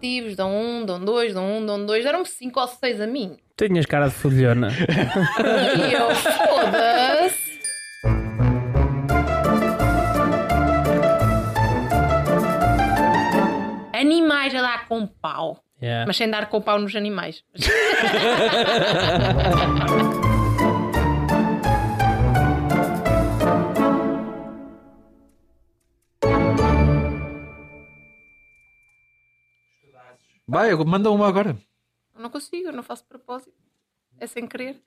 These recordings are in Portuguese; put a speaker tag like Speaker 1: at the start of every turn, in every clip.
Speaker 1: livros, dão um, dão dois, dão um, dão dois, deram cinco ou seis a mim.
Speaker 2: Tinhas cara de fodilhona.
Speaker 1: E eu, foda-se. Animais a dar com pau.
Speaker 2: Yeah.
Speaker 1: Mas sem dar com pau nos animais.
Speaker 3: Vai, eu- manda uma agora.
Speaker 1: Eu não consigo, eu não faço de propósito. É sem querer.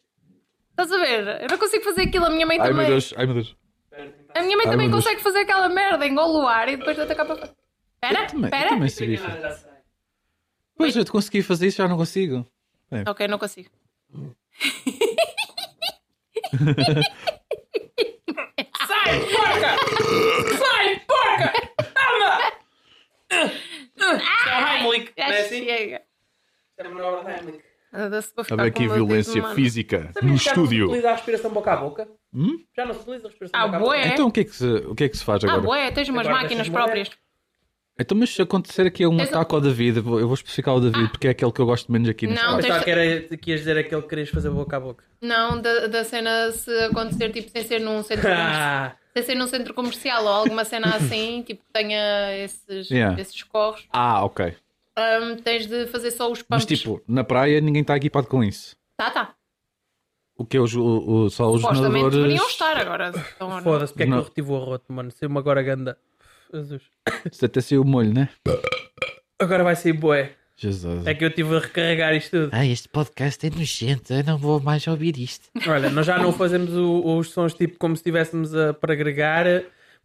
Speaker 1: Estás a ver? Eu não consigo fazer aquilo, a minha mãe
Speaker 3: Ai meu
Speaker 1: também.
Speaker 3: Deus, ai meu Deus.
Speaker 1: A minha mãe
Speaker 3: Ai,
Speaker 1: também
Speaker 3: meu Deus.
Speaker 1: consegue fazer aquela merda, engole o ar e depois atacar para fora. Pera,
Speaker 3: Também, eu
Speaker 1: pera.
Speaker 3: também
Speaker 4: é
Speaker 3: sabia. fazer. Pois, eu te consegui fazer isso, já não consigo.
Speaker 1: Ok, não consigo.
Speaker 4: Sai, porca! Sai, porca! Toma! Isto é o Heimlich, não
Speaker 1: Já
Speaker 4: é assim?
Speaker 1: chega.
Speaker 4: Isto é a manobra do Heimlich.
Speaker 1: Anda-se para ficar
Speaker 5: Houve
Speaker 1: com
Speaker 5: aqui
Speaker 1: um
Speaker 5: violência
Speaker 1: mano.
Speaker 5: física no
Speaker 4: Sabia que já não se
Speaker 5: estúdio.
Speaker 4: utiliza a respiração boca a boca?
Speaker 3: Hum?
Speaker 4: Já não se utiliza a respiração
Speaker 1: Ah,
Speaker 4: boca a boca?
Speaker 1: boé.
Speaker 3: Então o que, é que se, o que é que se faz
Speaker 1: Ah,
Speaker 3: agora?
Speaker 1: boé, tens umas
Speaker 4: Agora
Speaker 1: máquinas
Speaker 4: deixas-me morrer.
Speaker 1: próprias.
Speaker 3: Então, mas se acontecer aqui um
Speaker 1: Tens um-
Speaker 3: ataque ao David, eu vou eu vou especificar o David porque é aquele que eu gosto menos aqui no
Speaker 1: Ah. Não,
Speaker 3: show.
Speaker 1: tens-
Speaker 4: Pensava que, era, que ias dizer aquele que querias fazer boca a boca.
Speaker 1: Não, da, da cena se acontecer tipo sem ser num centro comercial,
Speaker 4: Ah,
Speaker 1: sem ser num centro comercial ou alguma cena assim, tipo que tenha esses,
Speaker 3: Yeah.
Speaker 1: esses corros,
Speaker 3: Ah, ok.
Speaker 1: hum, tens de fazer só os
Speaker 3: Mas
Speaker 1: pumps.
Speaker 3: tipo, na praia ninguém está equipado com isso.
Speaker 1: tá, tá.
Speaker 3: O que é os, o, o- só os
Speaker 1: Supostamente
Speaker 3: nadadores.
Speaker 1: deveriam estar agora. se estão ou não.
Speaker 4: foda-se, porque é que
Speaker 3: Não.
Speaker 4: eu retive o arroto, mano? Saiu uma agora ganda. Jesus.
Speaker 3: Isso até saiu o molho, né?
Speaker 4: Agora vai sair boé.
Speaker 3: Jesus.
Speaker 4: É que eu estive a recarregar isto tudo.
Speaker 3: Ah, este podcast é nojento, eu não vou mais ouvir isto.
Speaker 4: Olha, nós já não fazemos o- os sons tipo como se estivéssemos a para agregar,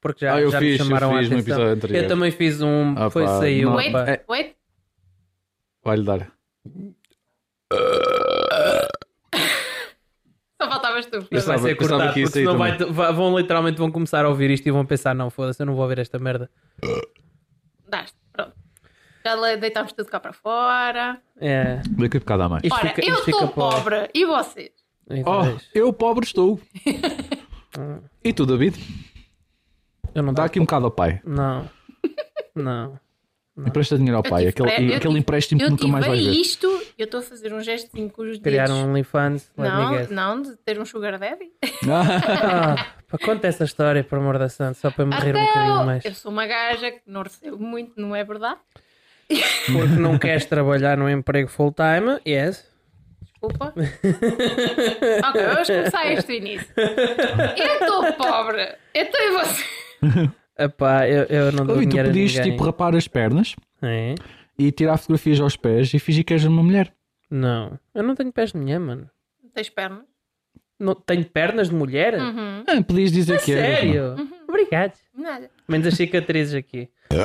Speaker 4: porque já,
Speaker 3: Ah, eu
Speaker 4: já
Speaker 3: fiz,
Speaker 4: me
Speaker 3: eu
Speaker 4: chamaram
Speaker 3: fiz
Speaker 4: a
Speaker 3: no
Speaker 4: atenção.
Speaker 3: episódio anterior.
Speaker 4: Eu também fiz um,
Speaker 3: Ah,
Speaker 4: foi
Speaker 3: pá,
Speaker 4: saiu.
Speaker 3: não.
Speaker 1: Wait,
Speaker 4: pá.
Speaker 3: É.
Speaker 1: wait.
Speaker 3: Vai-lhe dar.
Speaker 1: Só faltavas tu.
Speaker 4: Isto vai
Speaker 3: Pensava-
Speaker 4: ser
Speaker 3: pensava
Speaker 4: cortado,
Speaker 3: que ia
Speaker 4: porque
Speaker 3: sair
Speaker 4: senão vai, vai- vão literalmente vão começar a ouvir isto e vão pensar, não, foda-se, eu não vou ouvir esta merda.
Speaker 1: Daste, pronto. Já le- deitámos tudo cá para fora.
Speaker 4: É.
Speaker 3: Daqui a um bocado há mais.
Speaker 4: Isto
Speaker 1: Ora,
Speaker 4: fica-
Speaker 1: eu
Speaker 4: isto fica
Speaker 1: estou
Speaker 4: para o-
Speaker 1: pobre e vocês?
Speaker 4: Então,
Speaker 3: Oh,
Speaker 4: deixa.
Speaker 3: eu pobre estou. e tu, David?
Speaker 4: eu não
Speaker 3: Dá
Speaker 4: dá.
Speaker 3: aqui um bocado ao pai.
Speaker 4: Não. Não.
Speaker 3: Empresta dinheiro ao
Speaker 1: Eu
Speaker 3: pai.
Speaker 1: tive
Speaker 3: Aquele,
Speaker 1: pre- eu
Speaker 3: aquele
Speaker 1: tive-
Speaker 3: empréstimo que
Speaker 1: Eu
Speaker 3: nunca mais vais
Speaker 1: tive
Speaker 3: ver.
Speaker 1: isto e eu estou a fazer um gestinho com os
Speaker 4: Criar um
Speaker 1: dedos.
Speaker 4: OnlyFans, let me
Speaker 1: Não,
Speaker 4: guess.
Speaker 1: não, de ter um sugar daddy.
Speaker 4: Ah, pá, conta essa história, por amor da santa, só para me rir um bocadinho mais.
Speaker 1: Eu sou uma gaja que não recebo muito, não é verdade?
Speaker 4: Porque não queres trabalhar num emprego full-time, yes.
Speaker 1: Desculpa. ok, vamos começar este do início. Eu estou pobre. Eu estou em você.
Speaker 4: Epá, eu, eu não dou
Speaker 3: David, tu
Speaker 4: dinheiro a
Speaker 3: podias
Speaker 4: ninguém.
Speaker 3: tipo rapar as pernas
Speaker 4: É?
Speaker 3: e tirar fotografias aos pés e fingir que és uma mulher.
Speaker 4: Não, eu não tenho pés de mulher, mano.
Speaker 1: Tens pernas?
Speaker 4: Não, tenho pernas de mulher?
Speaker 1: Uhum.
Speaker 3: Ah, podias dizer que eras, não.
Speaker 4: É Sério? Obrigado.
Speaker 1: Nada.
Speaker 4: Menos as cicatrizes aqui.
Speaker 3: Ah,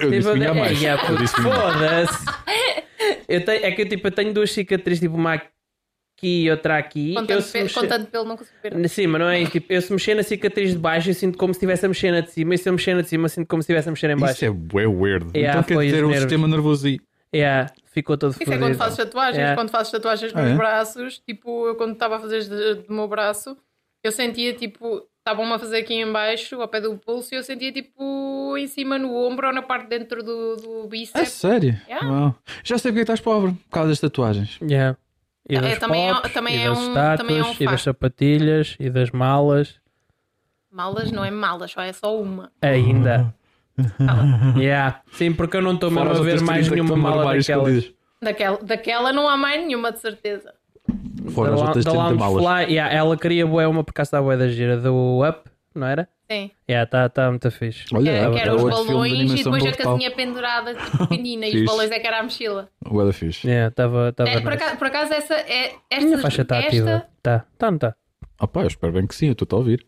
Speaker 3: Eu disse
Speaker 4: Tipo,
Speaker 3: que vinha a
Speaker 4: é,
Speaker 3: mais.
Speaker 4: yeah,
Speaker 3: Eu disse que vinha a mais.
Speaker 4: Foda-se. Eu tenho- É que eu, tipo, eu tenho duas cicatrizes, tipo uma aqui e outra aqui.
Speaker 1: Com
Speaker 4: eu
Speaker 1: tanto, pe- com tanto pelo não consigo ver.
Speaker 4: Sim, mas não é isso. Tipo, eu se mexer na cicatriz de baixo, eu sinto como se estivesse a mexer na de cima. E se eu mexer na de cima, eu sinto como se estivesse a mexer em
Speaker 3: Isso
Speaker 4: baixo.
Speaker 3: é bué weird.
Speaker 4: Yeah,
Speaker 3: então quer
Speaker 4: foi
Speaker 3: dizer
Speaker 4: isso
Speaker 3: um
Speaker 4: mesmo.
Speaker 3: sistema nervoso aí.
Speaker 4: Yeah, ficou todo
Speaker 1: Isso
Speaker 4: fodido.
Speaker 1: é quando fazes tatuagens,
Speaker 4: É.
Speaker 1: quando fazes tatuagens nos
Speaker 3: Ah, é?
Speaker 1: braços, tipo, eu quando estava a fazer de- do meu braço, eu sentia tipo, estavam-me a fazer aqui em baixo, ao pé do pulso, e eu sentia tipo em cima no ombro ou na parte dentro do, do
Speaker 3: É
Speaker 1: bíceps.
Speaker 3: sério?
Speaker 1: Yeah.
Speaker 3: Uau. Já sei porque é estás pobre, por causa das tatuagens.
Speaker 4: Yeah. E
Speaker 1: É,
Speaker 4: das
Speaker 1: também é-
Speaker 4: pops,
Speaker 1: também
Speaker 4: e
Speaker 1: é
Speaker 4: das
Speaker 1: um-
Speaker 4: estátuas,
Speaker 1: também é um
Speaker 4: e das
Speaker 1: facto.
Speaker 4: sapatilhas, e das malas.
Speaker 1: Malas não é malas, só é só uma.
Speaker 4: Ainda. yeah. Sim, porque eu não estou mesmo
Speaker 3: Uhum. Fora as
Speaker 4: a ver
Speaker 3: outras
Speaker 4: mais
Speaker 3: 30 que
Speaker 4: nenhuma
Speaker 3: estão no
Speaker 4: mala
Speaker 3: armário
Speaker 4: daquelas.
Speaker 3: escondidas.
Speaker 1: Daquela, daquela não há mais nenhuma, de certeza.
Speaker 3: Fora as
Speaker 4: da,
Speaker 3: outras
Speaker 4: da
Speaker 3: 30
Speaker 4: Lounge
Speaker 3: malas.
Speaker 4: Fly, yeah, ela queria bué uma por causa da bué da gira do Up, não era?
Speaker 1: Sim.
Speaker 4: Yeah, tá, tá muito fixe.
Speaker 3: Olha,
Speaker 1: Era-
Speaker 3: é,
Speaker 1: que
Speaker 3: é
Speaker 1: eram os
Speaker 3: outro filme de
Speaker 1: balões e
Speaker 3: animação
Speaker 1: depois é a
Speaker 3: brutal.
Speaker 1: casinha pendurada, tipo, pequenina, e
Speaker 3: Fixe.
Speaker 1: os balões é que era a mochila.
Speaker 3: Bué da fixe.
Speaker 4: Yeah, tava, tava
Speaker 1: É, por,
Speaker 4: nice.
Speaker 1: acaso, por acaso essa é
Speaker 4: A minha
Speaker 1: esta,
Speaker 4: faixa está ativa.
Speaker 1: esta,
Speaker 4: Tá, tá, não tá.
Speaker 3: Ah pá, eu espero bem que sim, eu estou a ouvir.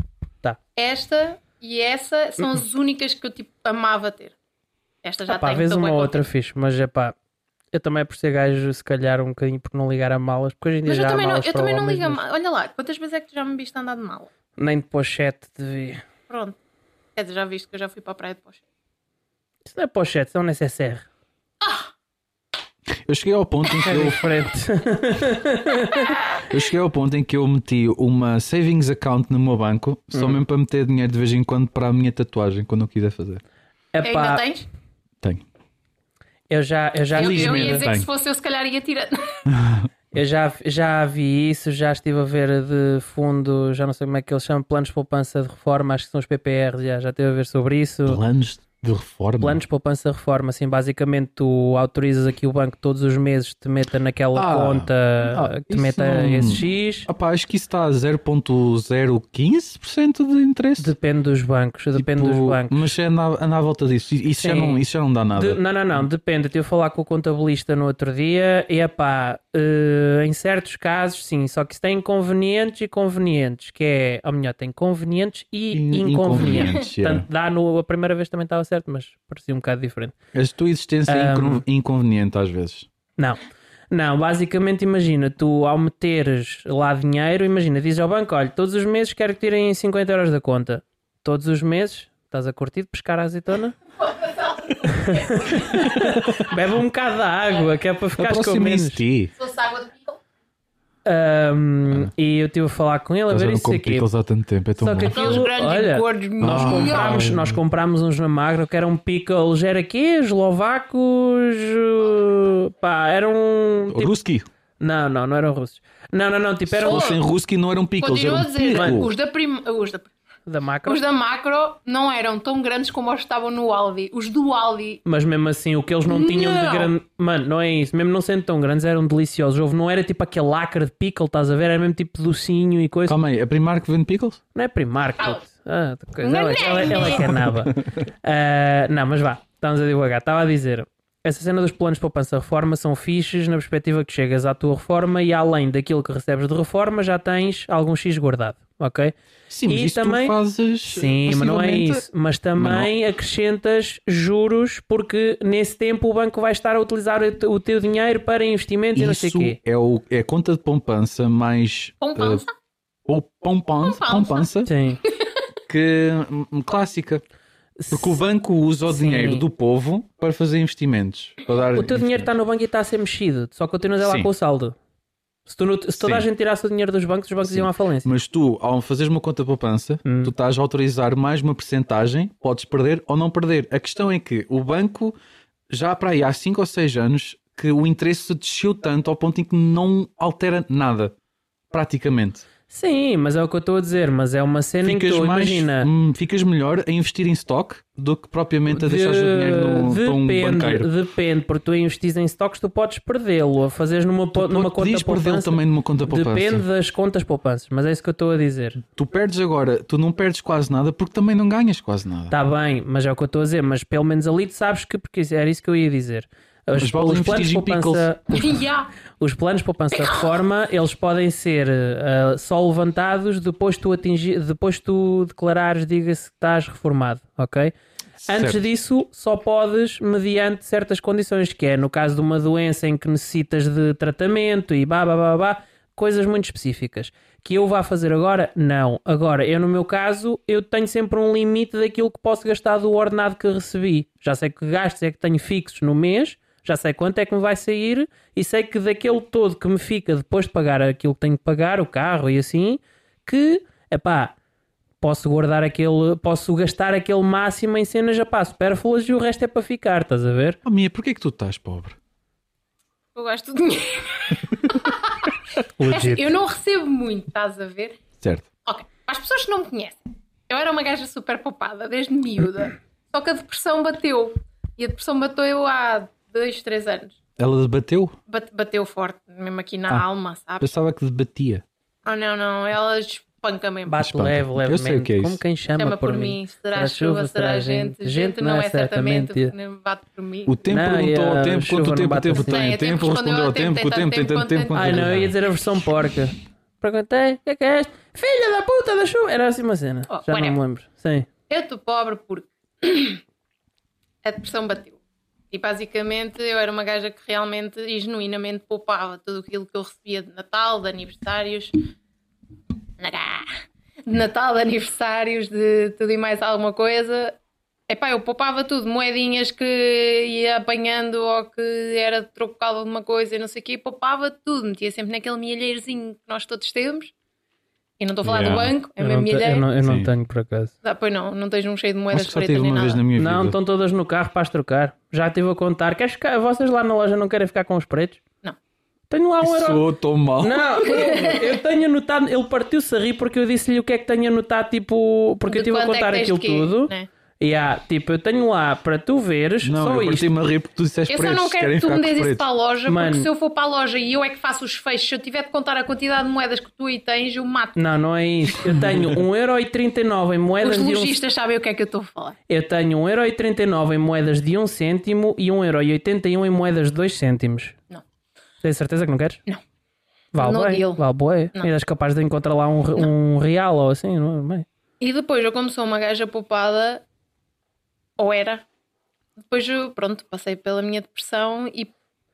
Speaker 1: esta e essa são as
Speaker 4: Uhum.
Speaker 1: únicas que eu tipo amava ter. Esta já
Speaker 4: Ah, pá,
Speaker 1: tenho.
Speaker 4: vez
Speaker 1: tô
Speaker 4: uma
Speaker 1: bué
Speaker 4: ou outra fixe, mas é pá. Eu também por ser gajo, se calhar, um bocadinho por não ligar a malas, porque hoje em dia
Speaker 1: Mas
Speaker 4: já
Speaker 1: eu
Speaker 4: há
Speaker 1: também, não,
Speaker 4: malas
Speaker 1: eu
Speaker 4: para
Speaker 1: também não
Speaker 4: homens,
Speaker 1: ligo a
Speaker 4: mas
Speaker 1: mal. Olha lá, quantas vezes é que tu já me viste andar de mala?
Speaker 4: Nem de pochete devia.
Speaker 1: Pronto. Quer dizer, já viste que eu já fui para a praia de Poxa.
Speaker 4: Isso não é pochete, isso é um necessaire.
Speaker 3: Eu cheguei ao ponto em que
Speaker 4: É
Speaker 3: eu,
Speaker 4: diferente.
Speaker 3: eu cheguei ao ponto em que eu meti uma savings account no meu banco,
Speaker 4: Uhum.
Speaker 3: só mesmo para meter dinheiro de vez em quando para a minha tatuagem, quando eu quiser fazer.
Speaker 4: É
Speaker 1: Ainda
Speaker 4: pá,
Speaker 1: tens?
Speaker 3: Tenho.
Speaker 4: Eu já, eu já,
Speaker 1: Eu, eu
Speaker 3: Felizmente
Speaker 1: ia dizer que
Speaker 3: tenho.
Speaker 1: se fosse eu, se calhar ia tirar.
Speaker 4: eu já, já vi isso, já estive a ver de fundo, já não sei como é que eles chamam, planos de poupança de reforma, acho que são os PPR, já, já estive a ver sobre isso.
Speaker 3: Planos de reforma.
Speaker 4: Planos de poupança de reforma, assim, basicamente tu autorizas aqui o banco todos os meses te meta naquela
Speaker 3: Ah,
Speaker 4: conta,
Speaker 3: ah,
Speaker 4: que te
Speaker 3: isso
Speaker 4: meta
Speaker 3: não-
Speaker 4: esse X.
Speaker 3: Opa, acho que isso está a 0.015% de interesse.
Speaker 4: Depende dos bancos, depende
Speaker 3: Tipo,
Speaker 4: dos bancos.
Speaker 3: Mas é na, anda à volta disso. I- Isso já,
Speaker 4: Sim.
Speaker 3: não, isso já não dá nada.
Speaker 4: De- não, não, não, depende. Eu falar com o contabilista no outro dia e epá, eh, em certos casos sim, só que isso tem convenientes e convenientes, que é, ou melhor, tem convenientes e
Speaker 3: In-
Speaker 4: inconvenientes.
Speaker 3: inconvenientes, é. yeah.
Speaker 4: Portanto, dá no, a primeira vez também estava certo, mas parecia um bocado diferente.
Speaker 3: A tua existência é
Speaker 4: Um,
Speaker 3: incon- inconveniente às vezes.
Speaker 4: Não. Não, basicamente imagina, tu ao meteres lá dinheiro, imagina, dizes ao banco, olha, todos os meses quero que tirem 50 euros da conta. Todos os meses, estás a curtir de pescar a azeitona? Bebe um bocado da água, que é para ficares com
Speaker 3: Aproxima-se
Speaker 4: menos.
Speaker 3: de ti.
Speaker 1: Se fosse água de pico.
Speaker 4: Ahm, e eu estive a falar com ele a
Speaker 3: Estás a
Speaker 4: ver
Speaker 3: ver
Speaker 4: isso
Speaker 3: como
Speaker 4: aqui.
Speaker 3: pickles há tanto tempo. É tão
Speaker 4: Só que
Speaker 3: bom.
Speaker 1: Aqueles
Speaker 4: Aquilo-
Speaker 1: grandes
Speaker 4: olha,
Speaker 1: gordos.
Speaker 4: Nós
Speaker 3: Ah.
Speaker 4: comprámos, nós comprámos uns na Magro que eram pickles, era quê? Eslovacos, eh, pá, eram tipo,
Speaker 3: Ruski.
Speaker 4: Não, não, não eram russos. Não, não, não, tipo,
Speaker 3: Se
Speaker 4: eram
Speaker 1: Só-
Speaker 3: fossem Ruski não eram pickles,
Speaker 1: Continuo
Speaker 4: um
Speaker 3: eram
Speaker 1: a dizer, os
Speaker 3: pickles.
Speaker 1: da, prim... os, da...
Speaker 4: da macro.
Speaker 1: os da macro não eram tão grandes como os que estavam no Aldi. Os do Aldi.
Speaker 4: Mas mesmo assim, o que eles não tinham de
Speaker 1: Não.
Speaker 4: grande. Mano, não é isso. Mesmo não sendo tão grandes, eram deliciosos. Houve, não era tipo aquele lacre de pickle, estás a ver? Era mesmo tipo docinho e coisa.
Speaker 3: Calma aí, é a Primark vende pickles?
Speaker 4: Não é Primark.
Speaker 1: Calma.
Speaker 4: Ah, outra coisa.
Speaker 1: Não,
Speaker 4: Ela,
Speaker 1: não,
Speaker 4: ela, ela é
Speaker 1: não.
Speaker 4: canaba. Ah, não, mas vá, estamos a devagar. Estava a dizer. Essa cena dos planos de poupança reforma são fixes na perspectiva que chegas à tua reforma e além daquilo que recebes de reforma já tens algum X guardado, ok?
Speaker 3: Sim, mas
Speaker 4: E
Speaker 3: isso
Speaker 4: também-
Speaker 3: tu fazes. eh,
Speaker 4: Sim, mas não é
Speaker 3: facilmente.
Speaker 4: isso. Mas também acrescentas juros, porque nesse tempo o banco vai estar a utilizar o te- o teu dinheiro para investimento e não sei o
Speaker 3: Isso
Speaker 4: quê.
Speaker 3: é, o, é conta de poupança mais. eh,
Speaker 4: Eh,
Speaker 1: Poupança.
Speaker 3: ou poupança,
Speaker 1: Poupança.
Speaker 3: poupança
Speaker 4: Sim,
Speaker 3: que hum, clássica. Porque o banco usa o
Speaker 4: Sim.
Speaker 3: dinheiro do povo para fazer investimentos. Para dar
Speaker 4: o teu dinheiro está no banco e está a ser mexido, só continuas é lá
Speaker 3: Sim.
Speaker 4: com o saldo. Se, tu não- se toda a
Speaker 3: Sim.
Speaker 4: gente tirasse o dinheiro dos bancos, os bancos
Speaker 3: Sim.
Speaker 4: iam à falência.
Speaker 3: Mas tu, ao fazeres uma conta de poupança,
Speaker 4: Hum.
Speaker 3: tu estás a autorizar mais uma percentagem, podes perder ou não perder. A questão é que o banco, já para aí há 5 ou 6 anos, que o interesse desceu tanto ao ponto em que não altera nada, praticamente.
Speaker 4: Sim, mas é o que eu estou a dizer. Mas é uma cena em
Speaker 3: Ficas,
Speaker 4: que tu,
Speaker 3: mais,
Speaker 4: imagina,
Speaker 3: hum, ficas melhor a investir em stock do que propriamente a deixar o dinheiro no, para um banqueiro.
Speaker 4: depende, porque tu investis em stocks, tu podes perdê-lo, a fazeres numa, po- numa conta
Speaker 3: Podias perdê-lo
Speaker 4: poupança.
Speaker 3: também numa conta poupança.
Speaker 4: Depende das contas poupanças, mas é isso que eu estou a dizer.
Speaker 3: Tu perdes agora, tu não perdes quase nada porque também não ganhas quase nada.
Speaker 4: Está bem, mas é o que eu estou a dizer. Mas pelo menos ali tu sabes que, porque isso- era isso que eu ia dizer.
Speaker 3: Mas vale investir em
Speaker 1: Ya.
Speaker 4: os planos de poupança de reforma, eles podem ser eh, só levantados depois tu atingir, depois tu declarares, diga-se que estás reformado, ok? Antes
Speaker 3: Certo.
Speaker 4: disso, só podes mediante certas condições, que é no caso de uma doença em que necessitas de tratamento e bá, bá, bá, bá, coisas muito específicas. Que eu vá fazer agora? Não. Agora, eu no meu caso, eu tenho sempre um limite daquilo que posso gastar do ordenado que recebi. Já sei que gastos é que tenho fixos no mês, já sei quanto é que me vai sair e sei que daquele todo que me fica depois de pagar aquilo que tenho que pagar, o carro e assim, que, epá, posso guardar aquele, posso gastar aquele máximo em cenas já pá, supérfluas e o resto é para ficar, estás a ver?
Speaker 3: Oh, Mia, porquê é que tu estás pobre?
Speaker 1: Eu gosto de dinheiro. É assim, Eu não recebo muito, estás a ver?
Speaker 3: Certo.
Speaker 1: Ok, para as pessoas que não me conhecem, eu era uma gaja super poupada desde miúda. Só que a depressão bateu. E a depressão bateu eu há dois, três anos.
Speaker 3: Ela debateu?
Speaker 1: Bate- Bateu forte, mesmo aqui na
Speaker 3: Ah.
Speaker 1: alma, sabe?
Speaker 3: Pensava que debatia.
Speaker 1: Oh, não, não, ela espanca mesmo.
Speaker 4: Bate
Speaker 3: Espanca.
Speaker 4: leve,
Speaker 3: Eu
Speaker 4: levemente,
Speaker 3: sei o que é
Speaker 4: como
Speaker 3: isso.
Speaker 4: quem chama,
Speaker 1: Chama por mim, será chuva, será gente. Gente não é certamente, porque nem bate por mim.
Speaker 3: O tempo
Speaker 4: Não,
Speaker 3: perguntou
Speaker 4: e a
Speaker 3: ao tempo
Speaker 4: chuva
Speaker 3: quanto
Speaker 4: não
Speaker 3: tempo o
Speaker 4: bate
Speaker 3: tempo
Speaker 4: assim.
Speaker 1: Não,
Speaker 3: tem.
Speaker 1: e
Speaker 3: O tempo respondeu ao tempo, o tempo tem tanto tempo.
Speaker 1: tanto
Speaker 4: Ai não, eu ia dizer a versão porca. Perguntei, o que é que é este? Filha da puta da chuva! Era assim uma cena,
Speaker 1: Oh,
Speaker 4: já não
Speaker 1: whatever.
Speaker 4: me lembro. Sim.
Speaker 1: Eu estou pobre porque a depressão bateu. E basicamente eu era uma gaja que realmente e genuinamente poupava tudo aquilo que eu recebia de Natal, de aniversários. Nagá! De Natal, de aniversários, de tudo e mais alguma coisa. Epá, eu poupava tudo, moedinhas que ia apanhando ou que era de troco de alguma coisa e não sei o quê, poupava tudo, metia sempre naquele milheirozinho que nós todos temos. E não estou a falar
Speaker 3: Yeah.
Speaker 1: do banco, é a
Speaker 4: eu não,
Speaker 1: mesma
Speaker 4: te-
Speaker 1: ideia.
Speaker 4: eu não, eu não
Speaker 3: Sim.
Speaker 4: tenho, por acaso.
Speaker 1: Ah, pois não, não tens um cheio de moedas
Speaker 3: Acho que só
Speaker 1: pretas
Speaker 3: tive
Speaker 1: nem
Speaker 3: uma vez
Speaker 1: nada.
Speaker 3: na minha
Speaker 4: Não, então,
Speaker 3: vida.
Speaker 4: estão todas no carro para as trocar. Já estive a contar. Queres ficar? Vocês lá na loja não querem ficar com os pretos?
Speaker 1: Não.
Speaker 4: Tenho lá um euro.
Speaker 3: Sou tão mal.
Speaker 4: Não, eu tenho anotado. Ele partiu-se a rir porque eu disse-lhe o que é que tenho anotado, tipo. Porque eu
Speaker 1: De
Speaker 4: estive a
Speaker 1: quanto é que
Speaker 4: contar
Speaker 1: tens
Speaker 4: aquilo
Speaker 1: de quê,
Speaker 4: tudo.
Speaker 1: né?
Speaker 4: E há, tipo, eu tenho lá para tu veres
Speaker 3: Não,
Speaker 4: só
Speaker 3: eu
Speaker 4: isto.
Speaker 3: parti-me a rir porque tu disseste
Speaker 1: Eu só
Speaker 3: preços.
Speaker 1: não quero que
Speaker 3: querem
Speaker 1: tu
Speaker 3: ficar
Speaker 1: me
Speaker 3: com
Speaker 1: des isso
Speaker 3: pretos.
Speaker 1: para a loja,
Speaker 4: Mano.
Speaker 1: porque se eu for para a loja e eu é que faço os fechos, se eu tiver de contar a quantidade de moedas que tu aí tens, eu mato.
Speaker 4: Não, não é isso. Eu tenho 1,39€
Speaker 1: Os
Speaker 4: em moedas de um
Speaker 1: lojistas sabem o que é que eu estou a falar.
Speaker 4: Eu tenho 1,39€ em moedas de 1 cêntimo e 1,81€ em moedas de 2 cêntimos.
Speaker 1: Não.
Speaker 4: Tens certeza que não queres?
Speaker 1: Não.
Speaker 4: Vale
Speaker 1: No
Speaker 4: bem,
Speaker 1: deal.
Speaker 4: vale bué.
Speaker 1: Não.
Speaker 4: Ainda és capaz de encontrar lá um, re- um real ou assim, não é? Bem.
Speaker 1: E depois eu, como sou uma gaja poupada, ou era, depois eu, pronto, passei pela minha depressão e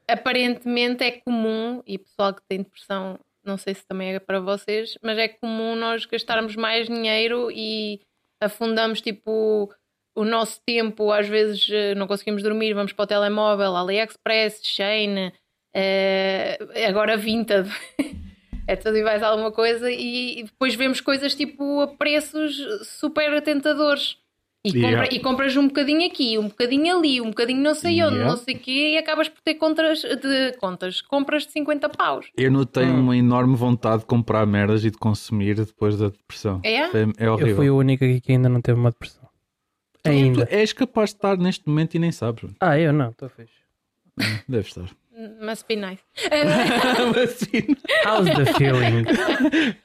Speaker 1: aparentemente é comum, e pessoal que tem depressão, não sei se também é para vocês, mas é comum nós gastarmos mais dinheiro e afundamos tipo o nosso tempo, às vezes eh, não conseguimos dormir, vamos para o telemóvel, AliExpress, Shane, eh, agora Vinted. É tudo e mais alguma coisa, e depois vemos coisas tipo a preços super tentadores. E,
Speaker 3: Yeah.
Speaker 1: compra- e compras um bocadinho aqui, um bocadinho ali, um bocadinho não sei onde,
Speaker 3: Yeah.
Speaker 1: não sei o quê, e acabas por ter contras de contas, compras de 50 paus.
Speaker 3: Eu não tenho
Speaker 4: Hum.
Speaker 3: uma enorme vontade de comprar merdas e de consumir depois da depressão.
Speaker 1: É?
Speaker 3: É, é
Speaker 4: Eu fui
Speaker 3: horrível.
Speaker 4: o único aqui que ainda não teve uma depressão.
Speaker 3: Tu
Speaker 4: Ainda.
Speaker 3: és capaz de estar neste momento e nem sabes. mano.
Speaker 4: Ah, eu não, estou fixe.
Speaker 3: Deve estar.
Speaker 1: Must be nice.
Speaker 3: Mas sim.
Speaker 4: How's the feeling?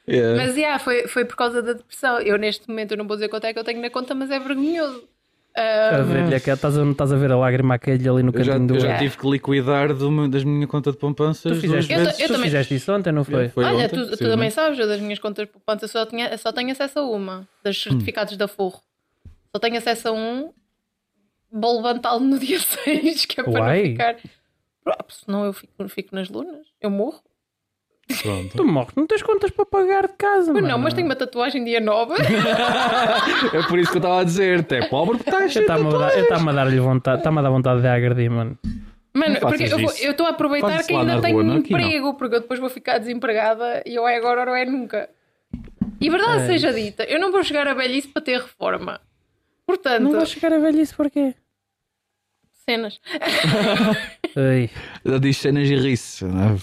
Speaker 3: É.
Speaker 1: Mas yeah, foi, foi por causa da depressão. Eu neste momento eu não vou dizer quanto é que eu tenho na conta, mas é vergonhoso. Ah,
Speaker 4: a ver, estás, a, estás a ver a lágrima a cair-lhe ali no
Speaker 3: Eu já,
Speaker 4: cantinho do
Speaker 3: eu já
Speaker 4: olho.
Speaker 3: tive que liquidar do meu- das minha conta de poupanças
Speaker 4: Tu fizeste,
Speaker 1: Eu
Speaker 3: duas
Speaker 1: ta-
Speaker 3: vezes.
Speaker 1: eu
Speaker 4: tu
Speaker 1: também-
Speaker 4: fizeste isso ontem, não foi?
Speaker 3: Foi
Speaker 1: olha,
Speaker 3: ontem,
Speaker 1: tu, tu também
Speaker 3: precisamente.
Speaker 1: sabes, eu das minhas contas de poupança só, tinha, só tenho acesso a uma, das
Speaker 3: Hum.
Speaker 1: certificados da Forro. Só tenho acesso a um, vou levantá-lo no dia 6, que é para
Speaker 4: Uai.
Speaker 1: não ficar. Ah, Senão eu fico, fico nas lunas, eu morro.
Speaker 3: Pronto.
Speaker 4: Tu morres, não tens contas para pagar de casa,
Speaker 1: Pois
Speaker 4: mano.
Speaker 1: não, mas tenho uma tatuagem dia 9.
Speaker 3: É por isso que eu estava a dizer. Tu é pobre porque estás
Speaker 4: Eu
Speaker 3: cheio de
Speaker 4: estava a dar- eu estava a dar-lhe vontade, estava a dar vontade de a agredir, mano.
Speaker 1: Mano,
Speaker 3: Não faças
Speaker 1: porque eu vou-
Speaker 3: isso.
Speaker 1: eu estou a aproveitar
Speaker 3: Fazes
Speaker 1: que
Speaker 3: lá
Speaker 1: ainda
Speaker 3: na
Speaker 1: tenho
Speaker 3: rua, não?
Speaker 1: um
Speaker 3: Aqui não.
Speaker 1: emprego, porque eu depois vou ficar desempregada e ou é agora ou não é nunca. E
Speaker 3: É
Speaker 1: verdade seja dita, eu não vou chegar a velhice para ter reforma. Portanto,
Speaker 4: Não vou chegar a velhice porquê?
Speaker 1: cenas.
Speaker 4: Ai,
Speaker 3: Ela diz cenas e ri-se. né?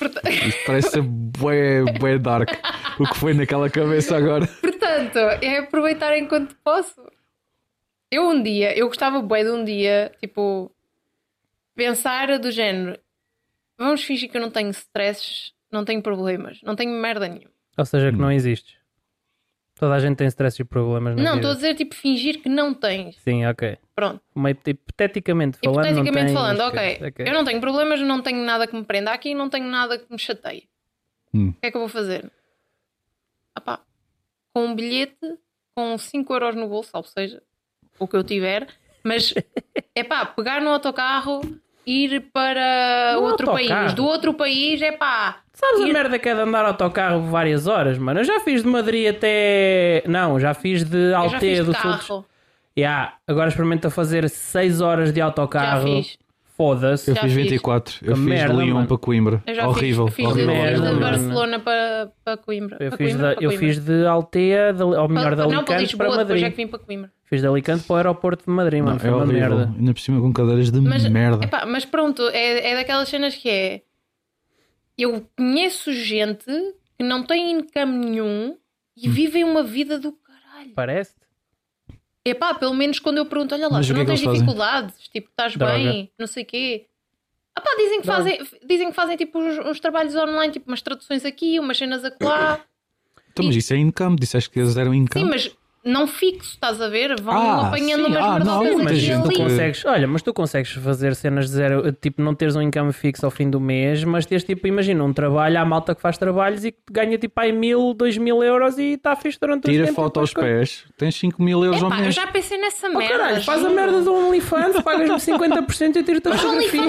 Speaker 3: Isso parece bué, bué dark. O que foi naquela cabeça agora?
Speaker 1: Portanto, é aproveitar enquanto posso. Eu um dia, eu gostava bué de um dia, tipo, pensar do género, vamos fingir que eu não tenho stresses, não tenho problemas, não tenho merda nenhuma.
Speaker 4: ou seja, que
Speaker 3: Hum.
Speaker 4: não existes. Toda a gente tem stress e problemas
Speaker 3: é
Speaker 4: na
Speaker 1: Não,
Speaker 4: vida.
Speaker 1: estou a dizer, tipo, fingir que não tens.
Speaker 4: Sim, ok.
Speaker 1: Pronto.
Speaker 4: Meio que hipoteticamente falando. não
Speaker 1: Hipoteticamente
Speaker 4: tens, é
Speaker 1: falando, ok,
Speaker 4: esquece, ok.
Speaker 1: eu não tenho problemas, eu não tenho nada que me prenda aqui, não tenho nada que me chateie.
Speaker 3: Hum.
Speaker 1: O que é que eu vou fazer? Ah pá, com um bilhete, com 5 euros no bolso, ou seja, o que eu tiver, mas é pá, pegar no autocarro, ir para
Speaker 4: No
Speaker 1: outro
Speaker 4: autocarro?
Speaker 1: país, do outro país, é pá,
Speaker 4: Sabes a
Speaker 1: E-
Speaker 4: merda que é de andar autocarro várias horas, mano? Eu já fiz de Madrid até. Não, já fiz de
Speaker 1: eu já fiz
Speaker 4: Altea
Speaker 1: de
Speaker 4: do
Speaker 1: carro,
Speaker 4: Sul. Yeah, agora experimenta fazer 6 horas de
Speaker 1: já
Speaker 4: autocarro.
Speaker 1: fiz.
Speaker 4: Foda-se.
Speaker 3: Eu
Speaker 1: Já
Speaker 3: fiz
Speaker 1: fiz.
Speaker 3: 24. Eu
Speaker 4: Que
Speaker 3: fiz
Speaker 4: merda,
Speaker 3: de Lyon
Speaker 4: mano.
Speaker 3: para Coimbra.
Speaker 1: Eu já
Speaker 3: horrível.
Speaker 1: fiz, fiz
Speaker 3: horrível,
Speaker 1: de,
Speaker 3: horrível,
Speaker 1: fiz de
Speaker 4: mano.
Speaker 1: Barcelona para, para Coimbra.
Speaker 4: Eu
Speaker 1: para
Speaker 4: fiz,
Speaker 1: Coimbra,
Speaker 4: da-
Speaker 1: para
Speaker 4: eu
Speaker 1: Coimbra.
Speaker 4: fiz de Altea, de, ou melhor, de
Speaker 1: Para- não, para
Speaker 4: Alicante
Speaker 1: Lisboa,
Speaker 4: para
Speaker 1: depois
Speaker 4: Madrid.
Speaker 1: é que vim para Coimbra.
Speaker 4: Fiz de Alicante para o aeroporto de Madrid,
Speaker 3: Não,
Speaker 4: mano. Foi
Speaker 3: é
Speaker 4: uma
Speaker 3: horrível.
Speaker 4: merda.
Speaker 3: Ainda por cima com cadeiras de
Speaker 1: Mas,
Speaker 3: merda.
Speaker 1: epá, mas pronto, é, é daquelas cenas que é. Eu conheço gente que não tem income nenhum e
Speaker 3: Hum.
Speaker 1: vivem uma vida do caralho.
Speaker 4: Parece-te?
Speaker 1: Epá, pelo menos quando eu pergunto, olha lá,
Speaker 3: Mas
Speaker 1: tu
Speaker 3: o que
Speaker 1: não
Speaker 3: é que
Speaker 1: tens
Speaker 3: eles fazem?
Speaker 1: dificuldades, tipo, estás
Speaker 4: Droga.
Speaker 1: bem, não sei o quê. Epá, dizem que
Speaker 4: Droga.
Speaker 1: fazem, dizem que fazem tipo uns, uns trabalhos online, tipo umas traduções aqui, umas cenas acolá.
Speaker 3: Então, mas isso é income. Disseste que eles eram income.
Speaker 1: Sim, mas não fixo, estás a ver? Vão
Speaker 3: Ah,
Speaker 1: apanhando
Speaker 3: sim.
Speaker 1: umas
Speaker 3: Ah, não, há
Speaker 1: verdosas
Speaker 3: muita
Speaker 1: aqui e
Speaker 3: gente
Speaker 4: tu
Speaker 3: que-
Speaker 1: ali.
Speaker 4: consegues, olha, mas tu consegues fazer cenas de zero, tipo, não teres um income fixo ao fim do mês, mas teres tipo, imagina, um trabalho, há malta que faz trabalhos e que ganha tipo aí mil, dois mil euros e está fixe durante o tempo.
Speaker 3: Tira
Speaker 4: e
Speaker 3: foto
Speaker 4: depois
Speaker 3: aos
Speaker 4: co-
Speaker 3: pés. Tens 5 mil euros ao
Speaker 1: Epá, eu
Speaker 3: mês.
Speaker 1: já pensei nessa
Speaker 4: Oh,
Speaker 1: merda.
Speaker 4: caralho, faz a
Speaker 1: juro.
Speaker 4: merda do OnlyFans, pagas-me 50% e eu tiro-te a fotografia.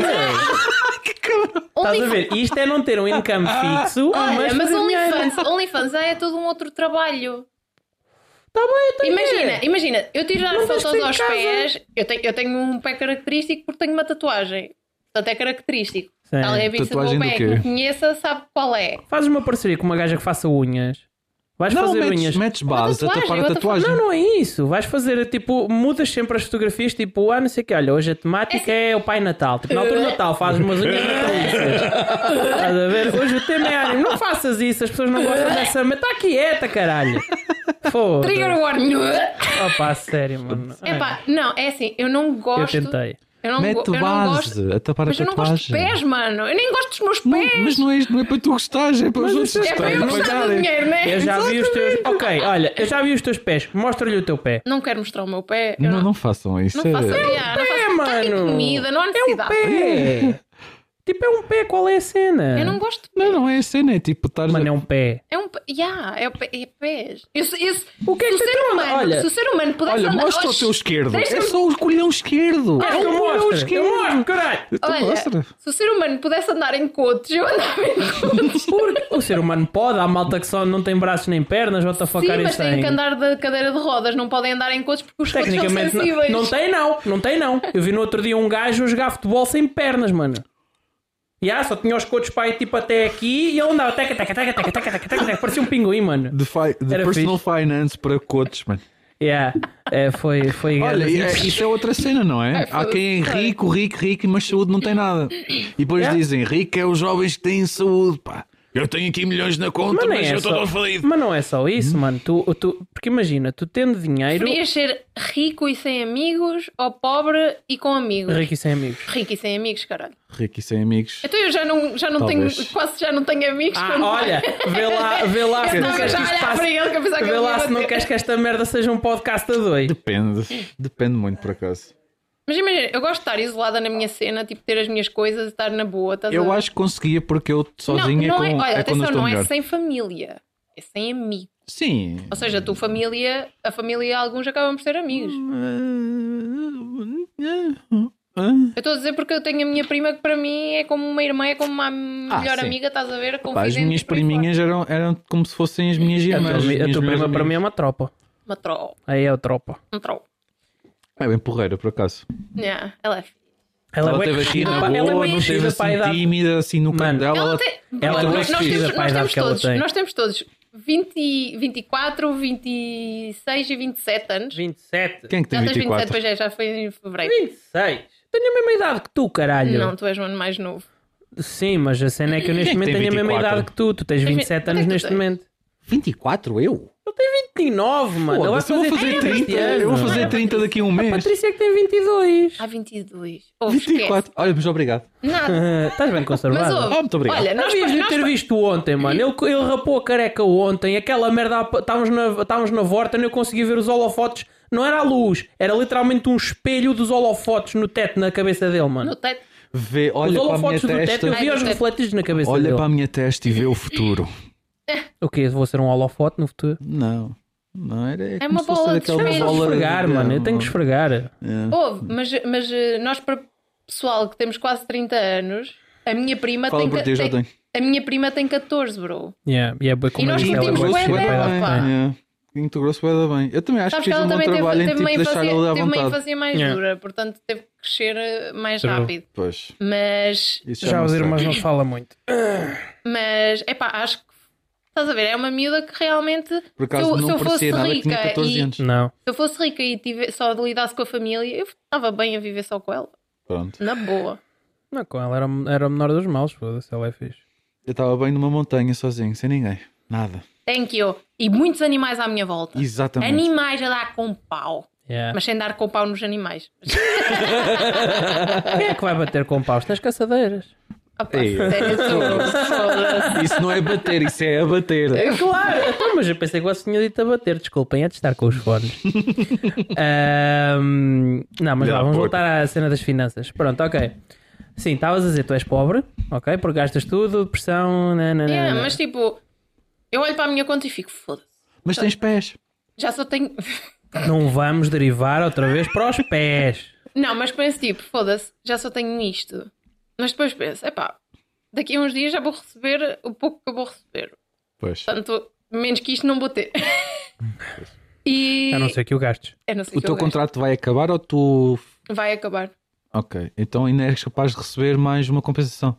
Speaker 4: Estás a ver? Isto é não ter um income fixo,
Speaker 1: Ah, Olha,
Speaker 4: mas,
Speaker 1: mas
Speaker 4: fazer dinheiro.
Speaker 1: OnlyFans, OnlyFans já é todo um outro trabalho.
Speaker 4: Tá bem, eu tenho
Speaker 1: Imagina,
Speaker 4: que-
Speaker 1: imagina, eu tirar
Speaker 4: Não tens
Speaker 1: fotos
Speaker 4: que ter
Speaker 1: aos
Speaker 4: casa.
Speaker 1: pés, eu tenho, eu tenho um pé característico porque tenho uma tatuagem. Portanto, é característico.
Speaker 4: Sim.
Speaker 1: Alguém vista do
Speaker 3: Tatuagem
Speaker 1: meu
Speaker 3: do
Speaker 1: pé
Speaker 3: quê?
Speaker 1: que me conheça sabe qual é.
Speaker 4: Fazes uma parceria com uma gaja que faça unhas. Vais
Speaker 3: Não,
Speaker 4: fazer
Speaker 3: metes,
Speaker 4: unhas.
Speaker 3: metes base,
Speaker 1: tatuagem,
Speaker 3: tapar a
Speaker 1: outra
Speaker 3: tatuagem.
Speaker 4: Não, não é isso. Vais fazer, tipo, mudas sempre as fotografias, tipo, ah, não sei o que, olha, hoje a temática é o Pai Natal. Tipo, na altura do Natal fazes umas unhas natalícias. Estás a ver? Hoje o tema é ânimo. Não faças isso, as pessoas não gostam dessa, mas está quieta, caralho. Foda-se.
Speaker 1: Trigger warning.
Speaker 4: Opa, a sério, mano.
Speaker 1: Epá, não, é assim, eu não
Speaker 4: Ai, eu
Speaker 1: gosto.
Speaker 4: tentei.
Speaker 1: eu não,
Speaker 3: Mete
Speaker 1: go- eu não gosto.
Speaker 3: base, a tapar a
Speaker 1: Mas eu não gosto de
Speaker 3: tatuagem.
Speaker 1: pés, mano. Eu nem gosto dos meus
Speaker 3: Não,
Speaker 1: pés.
Speaker 3: mas não é, não é para tu gostares, é para os
Speaker 4: Mas
Speaker 3: outros
Speaker 4: isso é
Speaker 1: é para eu
Speaker 3: gostarem.
Speaker 1: gostar do
Speaker 3: pagarem.
Speaker 1: dinheiro, né?
Speaker 4: Eu já vi os teus. Ok, olha, eu já vi os teus pés. Mostra-lhe o teu pé.
Speaker 1: Não quero mostrar o meu pé. Eu
Speaker 3: Não, não façam isso.
Speaker 1: não faço
Speaker 3: é-
Speaker 1: yeah, não faço
Speaker 4: pé,
Speaker 1: tá em
Speaker 4: mano. É um
Speaker 1: comida, não há necessidade.
Speaker 4: Pé! Tipo, é um pé, qual é a cena?
Speaker 1: Eu não gosto de pé.
Speaker 3: Não, não é a cena, é tipo estar.
Speaker 4: Mano, é um pé.
Speaker 1: É um pé. Yeah, é, o pé- é pés. Isso, isso,
Speaker 4: O que é que
Speaker 1: se o
Speaker 4: te
Speaker 1: ser
Speaker 4: trava?
Speaker 1: humano,
Speaker 4: Olha-
Speaker 1: se o ser humano pudesse
Speaker 3: Olha,
Speaker 1: andar-
Speaker 3: mostra o
Speaker 1: Oxe,
Speaker 3: teu esquerdo. É
Speaker 1: deixa-me-
Speaker 3: só o colhão esquerdo.
Speaker 4: Ah,
Speaker 3: É
Speaker 4: eu
Speaker 3: um colhão
Speaker 4: mostro, eu mostro,
Speaker 3: esquerdo.
Speaker 4: caralho.
Speaker 3: Então
Speaker 1: Olha,
Speaker 3: mostra.
Speaker 1: se o ser humano pudesse andar em cotos, eu andava em cotos.
Speaker 4: Porque o ser humano pode, há malta que só não tem braços nem pernas, what the fuck
Speaker 1: Sim,
Speaker 4: are
Speaker 1: mas
Speaker 4: eles
Speaker 1: têm
Speaker 4: têm.
Speaker 1: que andar de cadeira de rodas, não podem andar em cotos porque os cotos são
Speaker 4: Tecnicamente, não,
Speaker 1: sensíveis.
Speaker 4: não tem não, não tem não. Eu vi no outro dia um gajo a jogar futebol sem pernas, mano. E ah, só tinha os cotos para ir tipo até aqui e ele andava teca, teca, teca, teca, teca, teca, teca, teca, parecia um pinguim, mano.
Speaker 3: De, fi- de
Speaker 4: Era
Speaker 3: personal finance para coaches, mano.
Speaker 4: Yeah. É, foi, foi
Speaker 3: Olha,
Speaker 4: grande.
Speaker 3: é- isso é outra cena, não é? Há quem é rico, rico, rico, mas saúde não tem nada. E depois
Speaker 4: Yeah.
Speaker 3: dizem, rico é os jovens que têm saúde, pá. Eu tenho aqui milhões na
Speaker 4: Mas,
Speaker 3: conta, mas,
Speaker 4: nem é
Speaker 3: eu estou
Speaker 4: só,
Speaker 3: todo falido.
Speaker 4: mas não é só isso, mano. Tu, tu, porque imagina, tu tendo dinheiro,
Speaker 1: Preferias ser rico e sem amigos ou pobre e com amigos?
Speaker 4: rico e sem amigos.
Speaker 1: Rico e sem amigos, caralho.
Speaker 3: Rico e sem amigos.
Speaker 1: Então eu já não, já não tenho,
Speaker 3: Talvez.
Speaker 1: quase já não tenho amigos.
Speaker 4: Ah,
Speaker 1: quando-
Speaker 4: olha, vê lá, vê lá se
Speaker 1: eu
Speaker 4: não
Speaker 1: estava
Speaker 4: queres
Speaker 1: já a
Speaker 4: que isto
Speaker 1: olhar para
Speaker 4: passe.
Speaker 1: ele que eu pensava que
Speaker 4: Vê
Speaker 1: ele
Speaker 4: lá
Speaker 1: ia
Speaker 4: se não
Speaker 1: bater.
Speaker 4: queres que esta merda seja um podcast a dois.
Speaker 3: Depende. Depende muito, por acaso.
Speaker 1: Mas imagina, eu gosto de estar isolada na minha cena, tipo, ter as minhas coisas, estar na boa. Estás
Speaker 3: Eu
Speaker 1: a...
Speaker 3: acho que conseguia porque eu sozinho
Speaker 1: não, não
Speaker 3: é, com,
Speaker 1: é, olha,
Speaker 3: é quando eu
Speaker 1: atenção,
Speaker 3: estou
Speaker 1: não
Speaker 3: melhor.
Speaker 1: é sem família, é sem amigos.
Speaker 3: Sim.
Speaker 1: Ou seja, a tua família, a família e alguns acabam por ser amigos. Eu estou a dizer porque eu tenho a minha prima que para mim é como uma irmã, é como uma melhor
Speaker 3: Ah, sim.
Speaker 1: amiga, estás a ver?
Speaker 3: Pá, as
Speaker 1: confidente,
Speaker 3: minhas
Speaker 1: por aí
Speaker 3: priminhas eram, eram como se fossem as minhas
Speaker 4: A
Speaker 3: irmãs.
Speaker 4: tua, mi- a
Speaker 3: minhas
Speaker 4: tua prima
Speaker 3: melhores
Speaker 4: para mim
Speaker 3: amigas.
Speaker 4: é uma tropa.
Speaker 1: fora. Uma troll,
Speaker 4: Aí é a tropa.
Speaker 1: um troll.
Speaker 3: É bem porreira, por acaso.
Speaker 1: Yeah, ela é fixe.
Speaker 3: Ela,
Speaker 4: é
Speaker 3: esteve aqui na
Speaker 4: Ela é
Speaker 3: boa,
Speaker 4: bem
Speaker 3: não esteve
Speaker 4: crescida para a
Speaker 3: assim
Speaker 4: idade.
Speaker 3: tímida, assim no
Speaker 4: Mano,
Speaker 3: canto dela.
Speaker 1: Ela
Speaker 3: Ela-
Speaker 1: tem.
Speaker 4: ela
Speaker 1: Olha,
Speaker 4: é
Speaker 1: nós,
Speaker 4: bem
Speaker 1: temos,
Speaker 4: fixe para a
Speaker 1: nós,
Speaker 4: idade
Speaker 1: temos
Speaker 4: que ela
Speaker 1: todos,
Speaker 4: tem.
Speaker 1: nós temos todos 20, 24, 26 e 27 anos.
Speaker 4: 27.
Speaker 3: Quem é que tem
Speaker 1: não tens 27,
Speaker 3: 24?
Speaker 1: pois é, já foi em fevereiro.
Speaker 4: 26. Tenho a mesma idade que tu, caralho.
Speaker 1: Não, tu és um ano mais novo.
Speaker 4: Sim, mas a cena é que eu neste
Speaker 3: Quem é
Speaker 4: momento
Speaker 3: que tem
Speaker 4: tenho a mesma
Speaker 3: 24?
Speaker 4: idade que tu. Tu tens
Speaker 1: vi-
Speaker 4: 27
Speaker 1: Quem é
Speaker 4: anos
Speaker 1: que tu
Speaker 4: neste
Speaker 1: tens?
Speaker 4: momento.
Speaker 3: 24? Eu?
Speaker 4: 29, mano. Ela vai
Speaker 3: Foda-se, eu vou fazer
Speaker 4: 30 este
Speaker 3: 30. Eu
Speaker 4: ano.
Speaker 3: vou fazer 30 daqui a um
Speaker 4: A
Speaker 3: mês.
Speaker 4: Patrícia é que tem 22.
Speaker 1: Há 22. Ouve, esquece.
Speaker 3: 24. Olha, mas obrigado.
Speaker 1: Nada.
Speaker 4: Ah, Estás bem
Speaker 1: Mas oh,
Speaker 4: conservado.
Speaker 1: ouve.
Speaker 3: Ah, muito obrigado.
Speaker 1: Olha,
Speaker 4: Não
Speaker 1: nós,
Speaker 4: devias de
Speaker 1: nós-
Speaker 4: É, ter visto ontem, mano. Ele, ele rapou a careca ontem, aquela merda. Estávamos na, estávamos na vorta, não conseguia ver os holofotes. Não era a luz, era literalmente um espelho dos holofotes no teto, na cabeça dele, mano.
Speaker 1: no teto.
Speaker 3: Vê,
Speaker 4: Os
Speaker 3: olha para a minha
Speaker 4: holofotes do teto,
Speaker 3: testa.
Speaker 4: eu vi
Speaker 1: Ai,
Speaker 4: é os
Speaker 1: do teto.
Speaker 4: refletidos na cabeça
Speaker 3: Olha
Speaker 4: dele.
Speaker 3: para a minha testa e vê o futuro.
Speaker 4: O quê? Vou ser um holofote no futuro?
Speaker 3: Não. Não, era
Speaker 1: É uma bola de
Speaker 4: Eu
Speaker 1: espelho.
Speaker 4: tenho que esfregar, mano. Eu tenho que esfregar.
Speaker 3: É.
Speaker 1: Ouve, mas, mas eh, nós, para pessoal que temos quase 30 anos, a minha prima
Speaker 3: Fala
Speaker 1: tem.
Speaker 3: por
Speaker 1: ca-
Speaker 3: ti, já
Speaker 1: tem-
Speaker 3: tenho.
Speaker 1: A minha prima tem 14, bro.
Speaker 4: Yeah, e é bué
Speaker 1: E
Speaker 4: como
Speaker 1: nós
Speaker 4: é- ela é
Speaker 1: curtimos
Speaker 4: bué
Speaker 1: bué
Speaker 4: segura,
Speaker 1: dela,
Speaker 4: bué
Speaker 1: pá.
Speaker 4: da-
Speaker 3: É. Integrou-se bem, bem. Eu também acho que
Speaker 1: é. Sabes que
Speaker 3: fiz um
Speaker 1: ela
Speaker 3: bom
Speaker 1: também teve,
Speaker 3: trabalho em
Speaker 1: teve
Speaker 3: tipo
Speaker 1: uma
Speaker 3: deixar ele à
Speaker 1: infância, teve uma
Speaker 3: vontade.
Speaker 1: infância mais
Speaker 4: Yeah.
Speaker 1: dura, portanto teve que crescer eh, mais
Speaker 4: True.
Speaker 1: rápido.
Speaker 3: Pois.
Speaker 1: Mas,
Speaker 3: Isso
Speaker 4: Já
Speaker 3: não
Speaker 4: os
Speaker 3: sei.
Speaker 4: irmãos não se fala muito.
Speaker 1: mas, epá, acho que. Estás a ver? É uma miúda que realmente.
Speaker 3: Por acaso
Speaker 1: se eu, se
Speaker 3: não
Speaker 1: eu fosse
Speaker 3: parecia nada que
Speaker 1: rica
Speaker 3: tinha 14
Speaker 1: e,
Speaker 3: anos.
Speaker 4: Não.
Speaker 1: Se eu fosse rica e tive, só lidasse com a família, eu estava bem a viver só com ela.
Speaker 3: Pronto.
Speaker 1: Na boa.
Speaker 4: Não, com ela era, era o menor dos males, foda-se, ela é fixe.
Speaker 3: Eu estava bem numa montanha sozinho, sem ninguém. Nada.
Speaker 1: Thank you. E muitos animais à minha volta.
Speaker 3: Exatamente. É.
Speaker 1: Animais a dar com pau.
Speaker 4: Yeah.
Speaker 1: Mas sem dar com pau nos animais.
Speaker 4: Quem é que vai bater com paus? Tens caçadeiras.
Speaker 1: Opa,
Speaker 3: Ei.
Speaker 1: Ah, sério, sou- foda-se.
Speaker 3: Isso não é bater, isso é abater.
Speaker 4: Claro! Então, mas eu pensei que você tinha dito a bater, desculpem, é de estar com os fones. Ahm, não, mas
Speaker 3: Dá
Speaker 4: lá, vamos
Speaker 3: porco.
Speaker 4: voltar à cena das finanças. Pronto, ok. Sim, estavas a dizer, tu és pobre, ok? Porque gastas tudo, né, depressão,
Speaker 3: É.
Speaker 4: nananana.
Speaker 1: Yeah, mas tipo, eu olho para a minha conta e fico, foda-se.
Speaker 3: Mas tens pés.
Speaker 1: Já só tenho.
Speaker 4: Não vamos derivar outra vez para os pés.
Speaker 1: Não, mas penso tipo, foda-se, já só tenho isto. Mas depois penso, epá, daqui a uns dias já vou receber o pouco que eu vou receber.
Speaker 3: Pois.
Speaker 1: Portanto, menos que isto não vou ter. E.
Speaker 4: A não ser que o gastes.
Speaker 1: Eu não sei
Speaker 3: O
Speaker 1: que
Speaker 3: teu
Speaker 1: eu gasto.
Speaker 3: contrato vai acabar ou tu.
Speaker 1: Vai acabar.
Speaker 3: Ok. Então ainda és capaz de receber mais uma compensação.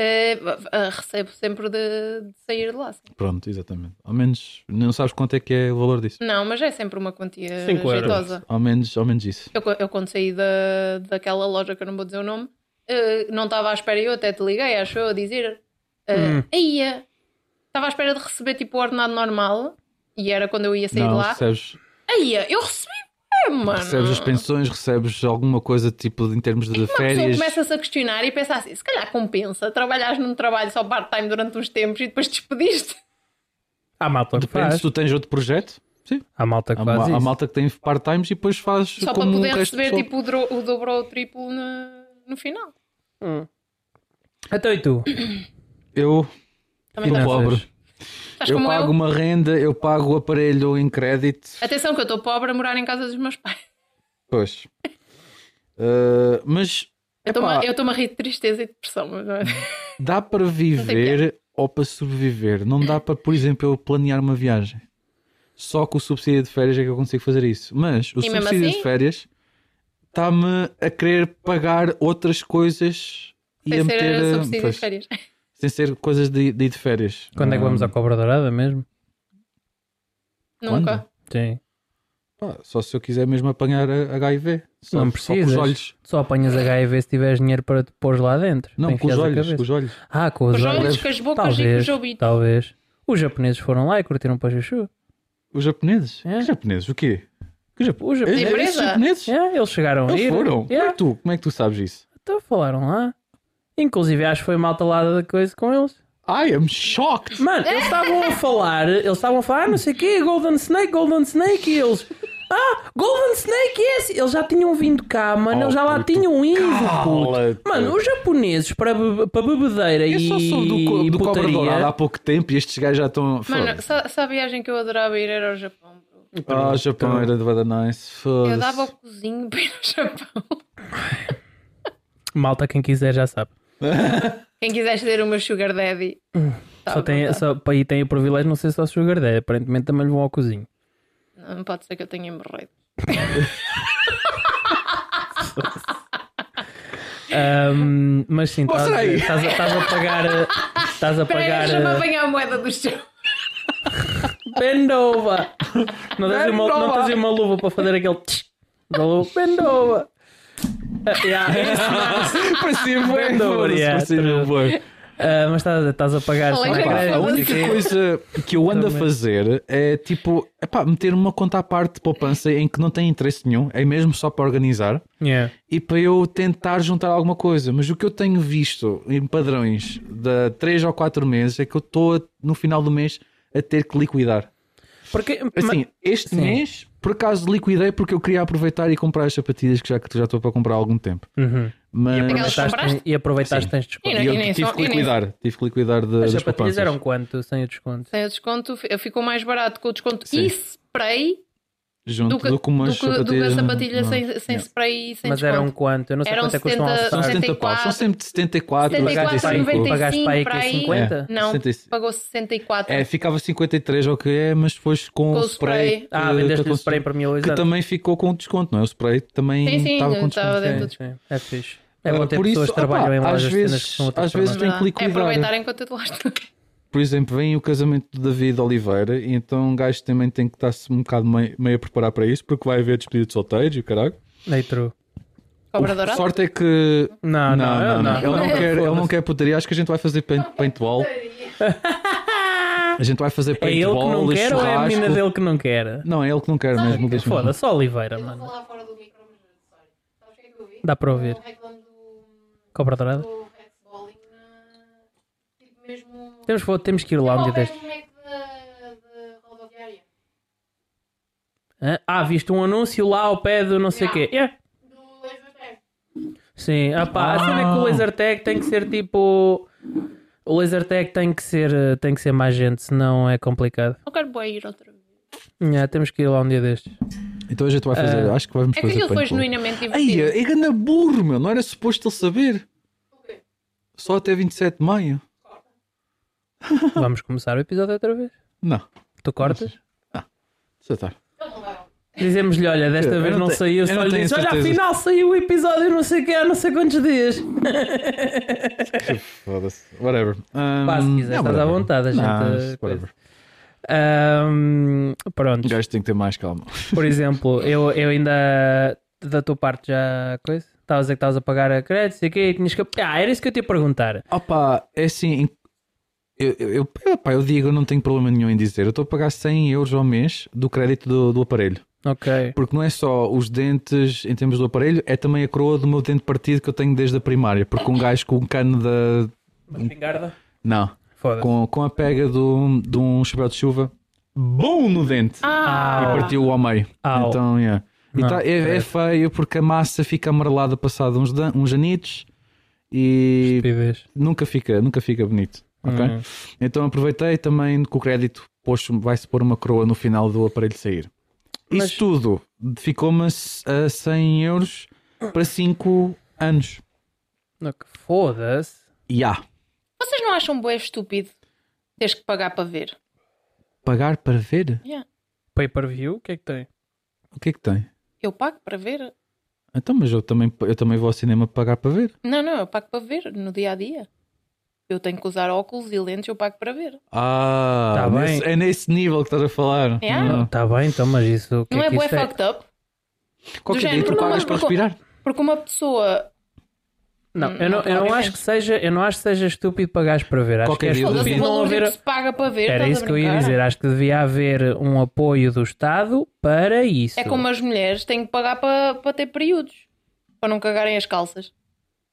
Speaker 1: eh, eh, recebo sempre de, de sair de lá. sim.
Speaker 3: Pronto, exatamente. Ao menos não sabes quanto é que é o valor disso.
Speaker 1: Não, mas é sempre uma quantia
Speaker 4: Cinco euros.
Speaker 1: jeitosa.
Speaker 3: Ao menos, ao menos isso.
Speaker 1: Eu, eu quando saí da, daquela loja que eu não vou dizer o nome, eh, não estava à espera, eu até te liguei, acho eu, a dizer
Speaker 4: Hum.
Speaker 1: aí estava à espera de receber tipo o ordenado normal e era quando eu ia sair de
Speaker 3: não,
Speaker 1: lá.
Speaker 3: recebes,
Speaker 1: Aí eu recebi bem, mano.
Speaker 3: recebes as pensões, recebes alguma coisa tipo de- em termos de
Speaker 1: Uma pessoa
Speaker 3: férias.
Speaker 1: começa-se a questionar e pensa assim: se calhar compensa trabalhares num trabalho só part-time durante uns tempos e depois despediste.
Speaker 4: Há malta que
Speaker 3: Depende
Speaker 4: faz.
Speaker 3: se tu tens outro projeto. Sim.
Speaker 4: Há malta que
Speaker 3: Há,
Speaker 4: faz
Speaker 3: ma- há
Speaker 4: isso.
Speaker 3: malta que tem part-times e depois faz
Speaker 1: Só para
Speaker 3: Tipo, como
Speaker 1: poder
Speaker 3: o resto
Speaker 1: receber
Speaker 3: do pessoal.
Speaker 1: tipo, o, dro- o dobro ou o triplo no, no final.
Speaker 4: Então e tu?
Speaker 3: Eu,
Speaker 1: Também
Speaker 3: eu
Speaker 4: Finanças.
Speaker 3: pobre.
Speaker 1: estás
Speaker 3: Eu
Speaker 1: como
Speaker 3: pago
Speaker 1: eu.
Speaker 3: uma renda, eu pago o aparelho em crédito.
Speaker 1: Atenção, que eu estou pobre a morar em casa dos meus pais.
Speaker 3: Pois. Ah, mas
Speaker 1: Eu estou-me
Speaker 3: Epá.
Speaker 1: a- eu estou-me a rir de tristeza e depressão. mas não é?
Speaker 3: dá para viver ou para sobreviver. Não dá para, por exemplo, eu planear uma viagem. Só com o subsídio de férias é que eu consigo fazer isso. Mas o
Speaker 1: E mesmo
Speaker 3: subsídio
Speaker 1: assim?
Speaker 3: de férias está-me a querer pagar outras coisas e a
Speaker 1: Sem
Speaker 3: meter.
Speaker 1: ser
Speaker 3: ah,
Speaker 1: subsídio
Speaker 3: pois,
Speaker 1: de férias.
Speaker 3: sem ser coisas de, de ir de férias.
Speaker 4: Quando é que vamos
Speaker 3: Ah,
Speaker 4: à Cobra Dourada mesmo?
Speaker 1: Nunca.
Speaker 4: Sim.
Speaker 3: pá, só se eu quiser mesmo apanhar a- HIV. Só,
Speaker 4: Não
Speaker 3: só com
Speaker 4: precisas.
Speaker 3: os olhos.
Speaker 4: Só apanhas HIV se tiveres dinheiro para te pôres lá dentro.
Speaker 3: Não,
Speaker 4: Para
Speaker 3: com os
Speaker 4: enfiares a
Speaker 3: olhos,
Speaker 4: cabeça.
Speaker 3: com os olhos.
Speaker 4: Ah, com os,
Speaker 1: Os
Speaker 4: olhos.
Speaker 1: olhos, com as bocas e com
Speaker 4: Talvez,
Speaker 1: os ouvidos.
Speaker 4: talvez. Os japoneses foram lá e curtiram para Juchu.
Speaker 3: Os japoneses?
Speaker 4: É.
Speaker 3: Os japoneses, o quê? É,
Speaker 4: Os jap- os japoneses. É.
Speaker 1: empresa?
Speaker 3: Esses japoneses?
Speaker 4: Yeah, eles chegaram a
Speaker 3: Eles
Speaker 4: ir.
Speaker 3: foram? Como, é
Speaker 4: Yeah,
Speaker 3: que tu, como é que tu sabes isso?
Speaker 4: Então falaram lá. Inclusive, acho que foi malta lá da coisa com eles.
Speaker 3: I am shocked!
Speaker 4: Mano, eles estavam a falar, eles estavam a falar, "Ah, não sei o quê, Golden Snake, Golden Snake, e eles. Ah, Golden Snake, yes! Eles já tinham vindo cá, mano,
Speaker 3: Oh,
Speaker 4: eles já lá
Speaker 3: puto,
Speaker 4: tinham ido,
Speaker 3: cala-te.
Speaker 4: puto. Mano, os japoneses para, be- para bebedeira
Speaker 3: Eu
Speaker 4: e.
Speaker 3: só soube do, co-
Speaker 4: e
Speaker 3: do Cobra
Speaker 4: putaria-
Speaker 3: Dourada há pouco tempo e estes gajos já estão.
Speaker 1: Mano, só, só a viagem que eu adorava ir era ao Japão. bro.
Speaker 3: Ah, Japão era de Bada Nice. foda-se.
Speaker 1: Eu dava o cozinho para ir ao Japão.
Speaker 4: Malta, quem quiser já sabe.
Speaker 1: Quem quiser ser o meu sugar daddy.
Speaker 3: Hum,
Speaker 1: tá
Speaker 4: só
Speaker 1: à
Speaker 4: tem,
Speaker 1: vontade.
Speaker 4: só, para aí tem o privilégio, não sei se é o Sugar Daddy, aparentemente também lhe vão ao cozinho.
Speaker 1: Não pode ser que eu tenha morrido.
Speaker 4: Ahm, mas sim, estás
Speaker 3: Mostra
Speaker 4: a-
Speaker 3: aí.
Speaker 4: estás a, estás a pagar. a- Estás a
Speaker 1: Espera,
Speaker 4: pagar. eh,
Speaker 3: eh,
Speaker 1: deixa-me
Speaker 4: a-
Speaker 1: apanhar a moeda do chão.
Speaker 4: Bendova! Não tens, uma, não tens uma luva para fazer aquele. tch da luva. Bendova! Ah, yeah, é isso.
Speaker 3: Parecia bem,
Speaker 4: Não,
Speaker 3: foda-se,
Speaker 4: yeah,
Speaker 3: parecia bem.
Speaker 4: Ah, mas estás, estás a pagar.
Speaker 1: Olha,
Speaker 4: só
Speaker 1: já
Speaker 4: para-
Speaker 1: que
Speaker 3: Pá, a
Speaker 1: foda-se.
Speaker 3: única coisa que eu ando a
Speaker 4: Também.
Speaker 3: fazer é tipo, epá, meter uma conta à parte de poupança em que não tem interesse nenhum, é mesmo só para organizar.
Speaker 4: Yeah.
Speaker 3: e para eu tentar juntar alguma coisa. Mas o que eu tenho visto em padrões de 3 ou 4 meses é que eu estou no final do mês a ter que liquidar.
Speaker 4: Porque,
Speaker 3: Assim, este
Speaker 4: sim.
Speaker 3: mês, por acaso, liquidei porque eu queria aproveitar e comprar as sapatilhas que já que já estou para comprar há algum tempo.
Speaker 4: Uhum.
Speaker 1: Aquelas
Speaker 3: Mas
Speaker 1: que compraste?
Speaker 4: Aproveitaste- e aproveitaste
Speaker 3: Sim.
Speaker 4: tens desconto.
Speaker 1: E
Speaker 3: e
Speaker 1: não-
Speaker 3: eu
Speaker 1: nem
Speaker 3: tive
Speaker 1: só-
Speaker 3: que
Speaker 1: e nem
Speaker 3: liquidar, tive que liquidar de,
Speaker 4: As
Speaker 3: das
Speaker 4: sapatilhas
Speaker 3: poupanças.
Speaker 4: eram quanto sem o desconto?
Speaker 1: Sem o desconto, eu fico mais barato com o desconto
Speaker 3: Sim.
Speaker 1: e spray
Speaker 3: junto
Speaker 1: do que, do que, do
Speaker 3: umas
Speaker 1: que a
Speaker 3: sapatilhas-
Speaker 1: sapatilha
Speaker 3: não.
Speaker 1: sem, sem
Speaker 3: Yeah.
Speaker 1: spray e sem
Speaker 4: Mas
Speaker 1: desconto.
Speaker 4: eram quanto? Eu não sei
Speaker 1: Eram
Speaker 4: quanto é que custam
Speaker 1: 70
Speaker 3: São
Speaker 4: alçados.
Speaker 3: 70 paus, são sempre de 74,
Speaker 1: 74,
Speaker 3: 75.
Speaker 1: 95,
Speaker 4: Pagaste para aí
Speaker 1: para
Speaker 4: um que é
Speaker 1: aí. É.
Speaker 4: 50?
Speaker 1: Não,
Speaker 3: 65.
Speaker 1: pagou 64.
Speaker 3: É, ficava 53 ou o que é, mas depois com,
Speaker 1: Com
Speaker 3: o
Speaker 1: o
Speaker 3: spray.
Speaker 1: spray.
Speaker 3: que-
Speaker 4: Ah,
Speaker 3: que
Speaker 4: vendeste-lhe
Speaker 3: eu
Speaker 4: o spray para mim
Speaker 3: Que
Speaker 4: hoje.
Speaker 3: também ficou com desconto, não é? O spray
Speaker 1: Sim,
Speaker 3: também
Speaker 1: sim,
Speaker 3: estava com
Speaker 1: estava
Speaker 3: desconto.
Speaker 1: dentro do
Speaker 4: Sim,
Speaker 1: desconto.
Speaker 4: sim, é fixe. É bom
Speaker 3: Ah,
Speaker 4: ter
Speaker 3: por
Speaker 4: pessoas
Speaker 3: isso,
Speaker 4: que trabalham
Speaker 3: opá,
Speaker 4: em lojas
Speaker 3: às
Speaker 4: cenas
Speaker 3: vezes-
Speaker 4: que são outras
Speaker 3: às vezes
Speaker 4: formas.
Speaker 3: tem que
Speaker 1: Verdade. É
Speaker 3: liquidar. né?
Speaker 1: aproveitar enquanto eu estou lá.
Speaker 3: Por exemplo, vem o casamento do David Oliveira, e então um gajo também tem que estar-se um bocado meio, meio a preparar para isso, porque vai haver despedida de solteiros e o caralho.
Speaker 4: Daí true.
Speaker 1: Cobra
Speaker 3: O-
Speaker 1: dourada.
Speaker 3: sorte é que.
Speaker 4: Não, não, eu não.
Speaker 3: Ele não quer, ele não quer putaria. Acho que a gente vai fazer paint- paintball. A gente vai fazer
Speaker 4: É ele que não
Speaker 3: paintball,
Speaker 4: quer ou é a
Speaker 3: churrasco.
Speaker 4: menina dele que não quer?
Speaker 3: Não, é ele que não quer mesmo. deixa-me-
Speaker 4: Foda-se, só Oliveira, mano.
Speaker 1: lá fora do micro, mas sorry. Sabes o que é que eu vi?
Speaker 4: Dá para ouvir.
Speaker 1: reclamo do,
Speaker 4: Cobra dourada.
Speaker 1: do Red Bowling na. Tipo mesmo. Tipo,
Speaker 4: Temos, vou- temos que ir lá um dia destes.
Speaker 1: rodoviária.
Speaker 4: Hã? Ah, viste um anúncio lá ao pé do não sei o quê. Yeah.
Speaker 1: Do Laser Tag.
Speaker 4: Sim, ah pá, a cena é que o laser tag tem que ser tipo. O laser tag tem que ser, eh, tem que ser mais gente, senão é complicado.
Speaker 1: Não quero boa ir outra vez.
Speaker 4: Yeah, temos que ir lá um dia destes.
Speaker 3: Então a gente vai fazer.
Speaker 4: Ah.
Speaker 3: acho que vamos
Speaker 1: É que
Speaker 3: fazer.
Speaker 1: aquilo foi
Speaker 3: paintball.
Speaker 1: genuinamente
Speaker 3: Ai,
Speaker 1: divertido.
Speaker 3: é ganda burro, meu. Não era suposto ele saber. Só até 27 de maio? Então.
Speaker 4: Vamos começar o episódio outra vez.
Speaker 3: Não. assim? tá.
Speaker 4: Tu cortas?
Speaker 3: Já está.
Speaker 1: Ele não vai.
Speaker 4: Dizemos-lhe, olha, desta
Speaker 3: Eu
Speaker 4: vez
Speaker 3: não
Speaker 4: não,
Speaker 3: te- eu
Speaker 4: saiu, só
Speaker 3: não
Speaker 4: lhe
Speaker 3: tenho
Speaker 4: diz, olha,
Speaker 3: certeza.
Speaker 4: afinal saiu o episódio não sei o que há, não sei quantos dias.
Speaker 3: Foda-se. Whatever. Um,
Speaker 4: Pá, se quiser, estás à
Speaker 3: whatever.
Speaker 4: vontade, a gente,
Speaker 3: Não,
Speaker 4: uh,
Speaker 3: whatever.
Speaker 4: Ahm,
Speaker 3: O
Speaker 4: pronto,
Speaker 3: gajo tem que ter mais calma.
Speaker 4: por exemplo, eu, eu ainda da tua parte já coisa. Estavas a dizer que estavas a pagar a crédito, sei o quê, e tinhas que. Ah, era isso que eu te ia perguntar.
Speaker 3: Opa, é assim. em- Eu, eu, eu, epá, eu digo, eu não tenho problema nenhum em dizer. Eu estou a pagar 100 euros ao mês do crédito do, do aparelho.
Speaker 4: Ok.
Speaker 3: Porque não é só os dentes em termos do aparelho, é também a coroa do meu dente partido que eu tenho desde a primária. Porque um gajo com um cano da.
Speaker 4: Uma espingarda?
Speaker 3: Não.
Speaker 4: Foda-se.
Speaker 3: Com, com a pega do, de um chapéu de chuva, bom no dente!
Speaker 1: Ah,
Speaker 3: E partiu ao meio.
Speaker 4: Au.
Speaker 3: Então, yeah. E
Speaker 4: Não,
Speaker 3: tá- é, é feio porque a massa fica amarelada passado uns, dan- uns anitos e
Speaker 4: Estupidez.
Speaker 3: nunca fica, nunca fica bonito. ok?
Speaker 4: Uhum.
Speaker 3: Então aproveitei também com o crédito, posto vai-se pôr uma coroa no final do aparelho sair.
Speaker 4: Mas-
Speaker 3: Isso tudo ficou-me a c- a 100 euros para 5 anos.
Speaker 4: Não, que Foda-se.
Speaker 3: E há.
Speaker 1: vocês não acham bué estúpido teres que pagar para ver?
Speaker 3: Pagar para ver?
Speaker 1: Yeah.
Speaker 4: Pay per view, o que é que tem?
Speaker 3: O que é que tem?
Speaker 1: Eu pago para ver?
Speaker 3: Então, mas eu também, eu também vou ao cinema pagar para ver.
Speaker 1: Não, não, eu pago para ver no dia a dia. Eu tenho que usar óculos e lentes, eu pago para ver.
Speaker 3: Ah,
Speaker 4: Tá
Speaker 3: nesse-
Speaker 4: bem.
Speaker 3: é nesse nível que estás a falar.
Speaker 1: É?
Speaker 3: Não.
Speaker 4: Está bem, então, mas isso. O que
Speaker 1: não
Speaker 4: é
Speaker 1: é
Speaker 4: que
Speaker 1: bué
Speaker 4: isso é?
Speaker 1: fucked up?
Speaker 3: Qualquer dia
Speaker 1: género,
Speaker 3: tu
Speaker 1: não,
Speaker 3: pagas
Speaker 1: mas
Speaker 3: para
Speaker 1: por co-
Speaker 3: respirar.
Speaker 1: Porque uma pessoa.
Speaker 4: Não, eu não,
Speaker 1: Hum, Não,
Speaker 4: eu não
Speaker 1: obviamente.
Speaker 4: acho que seja, eu não acho que seja estúpido pagares para ver. Acho
Speaker 3: Qualquer
Speaker 4: que é
Speaker 3: dia do
Speaker 1: Foda-se
Speaker 3: vi.
Speaker 1: o
Speaker 4: estúpido não
Speaker 1: valor
Speaker 4: haver
Speaker 1: que se paga para ver.
Speaker 4: Era
Speaker 1: estás a
Speaker 4: isso que eu ia
Speaker 1: brincar?
Speaker 4: dizer. Acho que devia haver um apoio do Estado para isso.
Speaker 1: É como as mulheres têm que pagar para, para ter períodos. Para não cagarem as calças.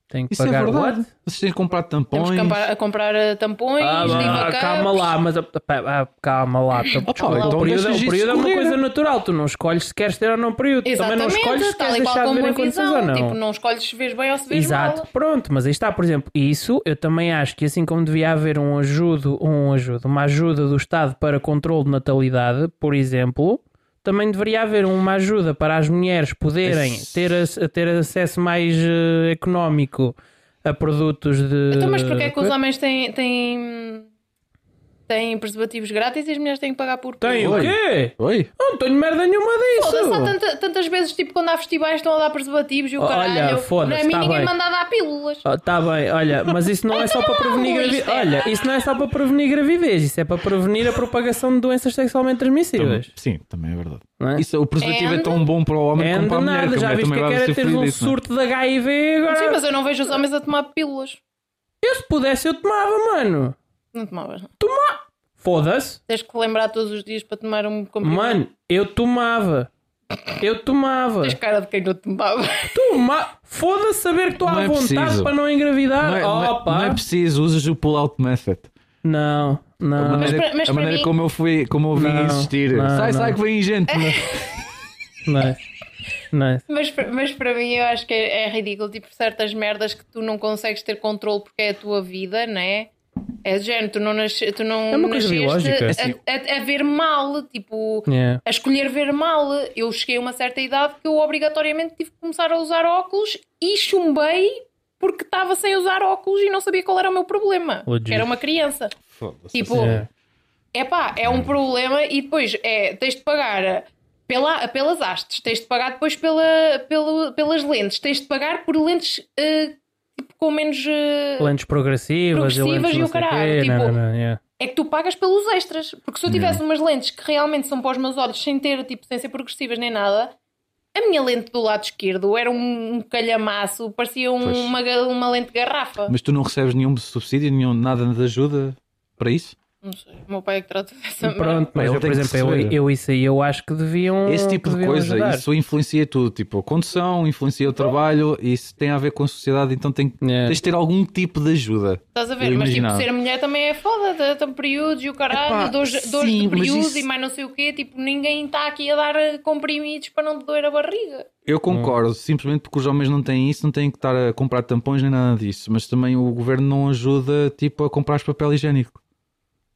Speaker 4: Tem que
Speaker 3: Isso é
Speaker 4: pagar
Speaker 3: verdade.
Speaker 4: what?
Speaker 3: Vocês têm que comprar
Speaker 1: Temos
Speaker 3: tampões.
Speaker 1: que comprar, a comprar eh, tampões,
Speaker 4: Ah,
Speaker 1: diva
Speaker 4: ah,
Speaker 1: cups.
Speaker 4: calma lá, mas ah, calma lá. então,
Speaker 3: Opa,
Speaker 4: desculpa,
Speaker 3: então
Speaker 4: o período,
Speaker 3: deixas
Speaker 4: o
Speaker 3: isso
Speaker 4: período é uma
Speaker 3: correr.
Speaker 4: coisa natural. Tu não escolhes se queres ter ou não período. Também não
Speaker 1: Exatamente,
Speaker 4: escolhes se queres
Speaker 1: tal e qual
Speaker 4: deixar de
Speaker 1: como
Speaker 4: ver
Speaker 1: a
Speaker 4: em condições ou
Speaker 1: visão.
Speaker 4: não.
Speaker 1: Tipo, não escolhes se vês bem ou se vês
Speaker 4: Exato,
Speaker 1: mal.
Speaker 4: pronto, mas aí está, por exemplo, isso eu também acho que assim como devia haver um ajudo, um ajudo, uma ajuda do Estado para controle de natalidade, por exemplo, também deveria haver uma ajuda para as mulheres poderem
Speaker 3: Esse-
Speaker 4: ter, ac- ter acesso mais eh, económico a produtos de.
Speaker 1: Então, mas porquê é que
Speaker 4: Eh,
Speaker 1: os homens têm, têm, têm preservativos grátis e as mulheres têm que pagar por
Speaker 4: Tem o
Speaker 3: Oi.
Speaker 4: quê?
Speaker 3: Oi?
Speaker 4: Eu Não tenho merda nenhuma
Speaker 1: Foda-se, há
Speaker 4: disso!
Speaker 1: tanta- tantas vezes, tipo, quando há festivais estão a dar preservativos e o
Speaker 4: Olha,
Speaker 1: caralho.
Speaker 4: foda-se,
Speaker 1: Para mim,
Speaker 4: tá
Speaker 1: ninguém
Speaker 4: bem.
Speaker 1: manda a dar pílulas.
Speaker 4: Oh, tá bem, olha, mas isso não é
Speaker 1: Então
Speaker 4: só para prevenir gravidez.
Speaker 1: isto é-
Speaker 4: Olha, isso não é só para prevenir gravidez, isso é para prevenir a propagação de doenças sexualmente transmissíveis.
Speaker 3: Sim, também é verdade.
Speaker 1: Então.
Speaker 4: Não é?
Speaker 3: Isso, o preservativo é
Speaker 1: And-
Speaker 3: tão bom para o homem
Speaker 4: É
Speaker 3: como para a
Speaker 4: de
Speaker 3: mulher.
Speaker 4: nada,
Speaker 3: que a
Speaker 4: já
Speaker 3: mulher
Speaker 4: viste que
Speaker 3: também
Speaker 4: é que
Speaker 3: vai
Speaker 4: era
Speaker 3: sofrer
Speaker 4: teres um
Speaker 3: disso, não é?
Speaker 4: surto de HIV
Speaker 1: Sim,
Speaker 4: agora.
Speaker 1: mas eu não vejo os homens a tomar pílulas.
Speaker 4: Eu se pudesse eu tomava, mano.
Speaker 1: Não tomavas, não.
Speaker 4: Foda-se.
Speaker 1: Tens que lembrar todos os dias para tomar um comprimido.
Speaker 4: Mano, eu tomava. Eu tomava.
Speaker 1: Tens cara de quem não tomava.
Speaker 4: Toma... Foda-se saber que estou
Speaker 3: Não
Speaker 4: à
Speaker 3: é
Speaker 4: vontade
Speaker 3: preciso.
Speaker 4: para não engravidar.
Speaker 3: Não é, não é-
Speaker 4: Opa.
Speaker 3: não é preciso, usas o pull-out method.
Speaker 4: não,
Speaker 3: A
Speaker 4: não,
Speaker 3: maneira,
Speaker 1: para- mas para
Speaker 3: a maneira
Speaker 1: mim-
Speaker 3: como eu fui, como eu vim
Speaker 4: Ah. Não,
Speaker 3: insistir.
Speaker 4: não,
Speaker 3: sai,
Speaker 4: não.
Speaker 3: sai que vem gente.
Speaker 4: não. é. Não é.
Speaker 1: Mas, para- mas para mim eu acho que é, é ridículo, tipo, certas merdas que tu não consegues ter controle porque é a tua vida, não é? É do género, tu não, nasce, tu não
Speaker 4: É uma coisa
Speaker 1: nasceste
Speaker 4: biológica.
Speaker 1: a-
Speaker 3: Assim-
Speaker 1: a, a ver mal, tipo,
Speaker 4: Yeah.
Speaker 1: a escolher ver mal. Eu cheguei a uma certa idade que eu obrigatoriamente tive que começar a usar óculos e chumbei porque estava sem usar óculos e não sabia qual era o meu problema.
Speaker 4: Legit.
Speaker 1: que Era uma criança. Tipo,
Speaker 4: Yeah.
Speaker 1: é pá, é um problema e depois é, tens de pagar pela, pelas hastes, tens de pagar depois pela, pelo, pelas lentes, tens de pagar por lentes eh, tipo, com menos. eh,
Speaker 4: Lentes
Speaker 1: progressivas
Speaker 4: progressivas, lentes
Speaker 1: e
Speaker 4: não
Speaker 1: o
Speaker 4: sei
Speaker 1: caralho,
Speaker 4: quê. Não,
Speaker 1: tipo,
Speaker 4: não, não, yeah.
Speaker 1: é que tu pagas pelos extras. Porque se eu tivesse umas lentes que realmente são para os meus olhos, sem ter, tipo, sem ser progressivas nem nada, a minha lente do lado esquerdo era um, um calhamaço, parecia um-
Speaker 3: Pois.
Speaker 1: uma, ga- uma lente de garrafa.
Speaker 3: Mas tu não recebes nenhum subsídio, nenhum, nada de ajuda para isso?
Speaker 1: Não sei, o meu pai é que trata dessa merda.
Speaker 4: Pronto, mas
Speaker 3: Ele
Speaker 4: eu, por
Speaker 3: tem que
Speaker 4: exemplo, eu,
Speaker 3: perceber.
Speaker 4: eu isso aí eu acho que deviam.
Speaker 3: Esse tipo
Speaker 4: que
Speaker 3: de
Speaker 4: deviam
Speaker 3: coisa,
Speaker 4: ajudar.
Speaker 3: isso influencia tudo. Tipo, a condução, influencia o trabalho, isso tem a ver com a sociedade, então tem, que-
Speaker 4: Yeah.
Speaker 3: tens de ter algum tipo de ajuda.
Speaker 1: Estás a ver?
Speaker 3: Eu
Speaker 1: Mas tipo,
Speaker 3: imaginava.
Speaker 1: ser mulher também é foda, estão períodos e o caralho,
Speaker 3: Epá,
Speaker 1: dores dores
Speaker 3: sim,
Speaker 1: de
Speaker 3: mas
Speaker 1: período
Speaker 3: isso-
Speaker 1: e mais não sei o quê, tipo, ninguém está aqui a dar eh, comprimidos para não te doer a barriga.
Speaker 3: Eu
Speaker 4: Hum.
Speaker 3: concordo, simplesmente porque os homens não têm isso, não têm que estar a comprar tampões nem nada disso, mas também o governo não ajuda tipo a comprar papel higiênico.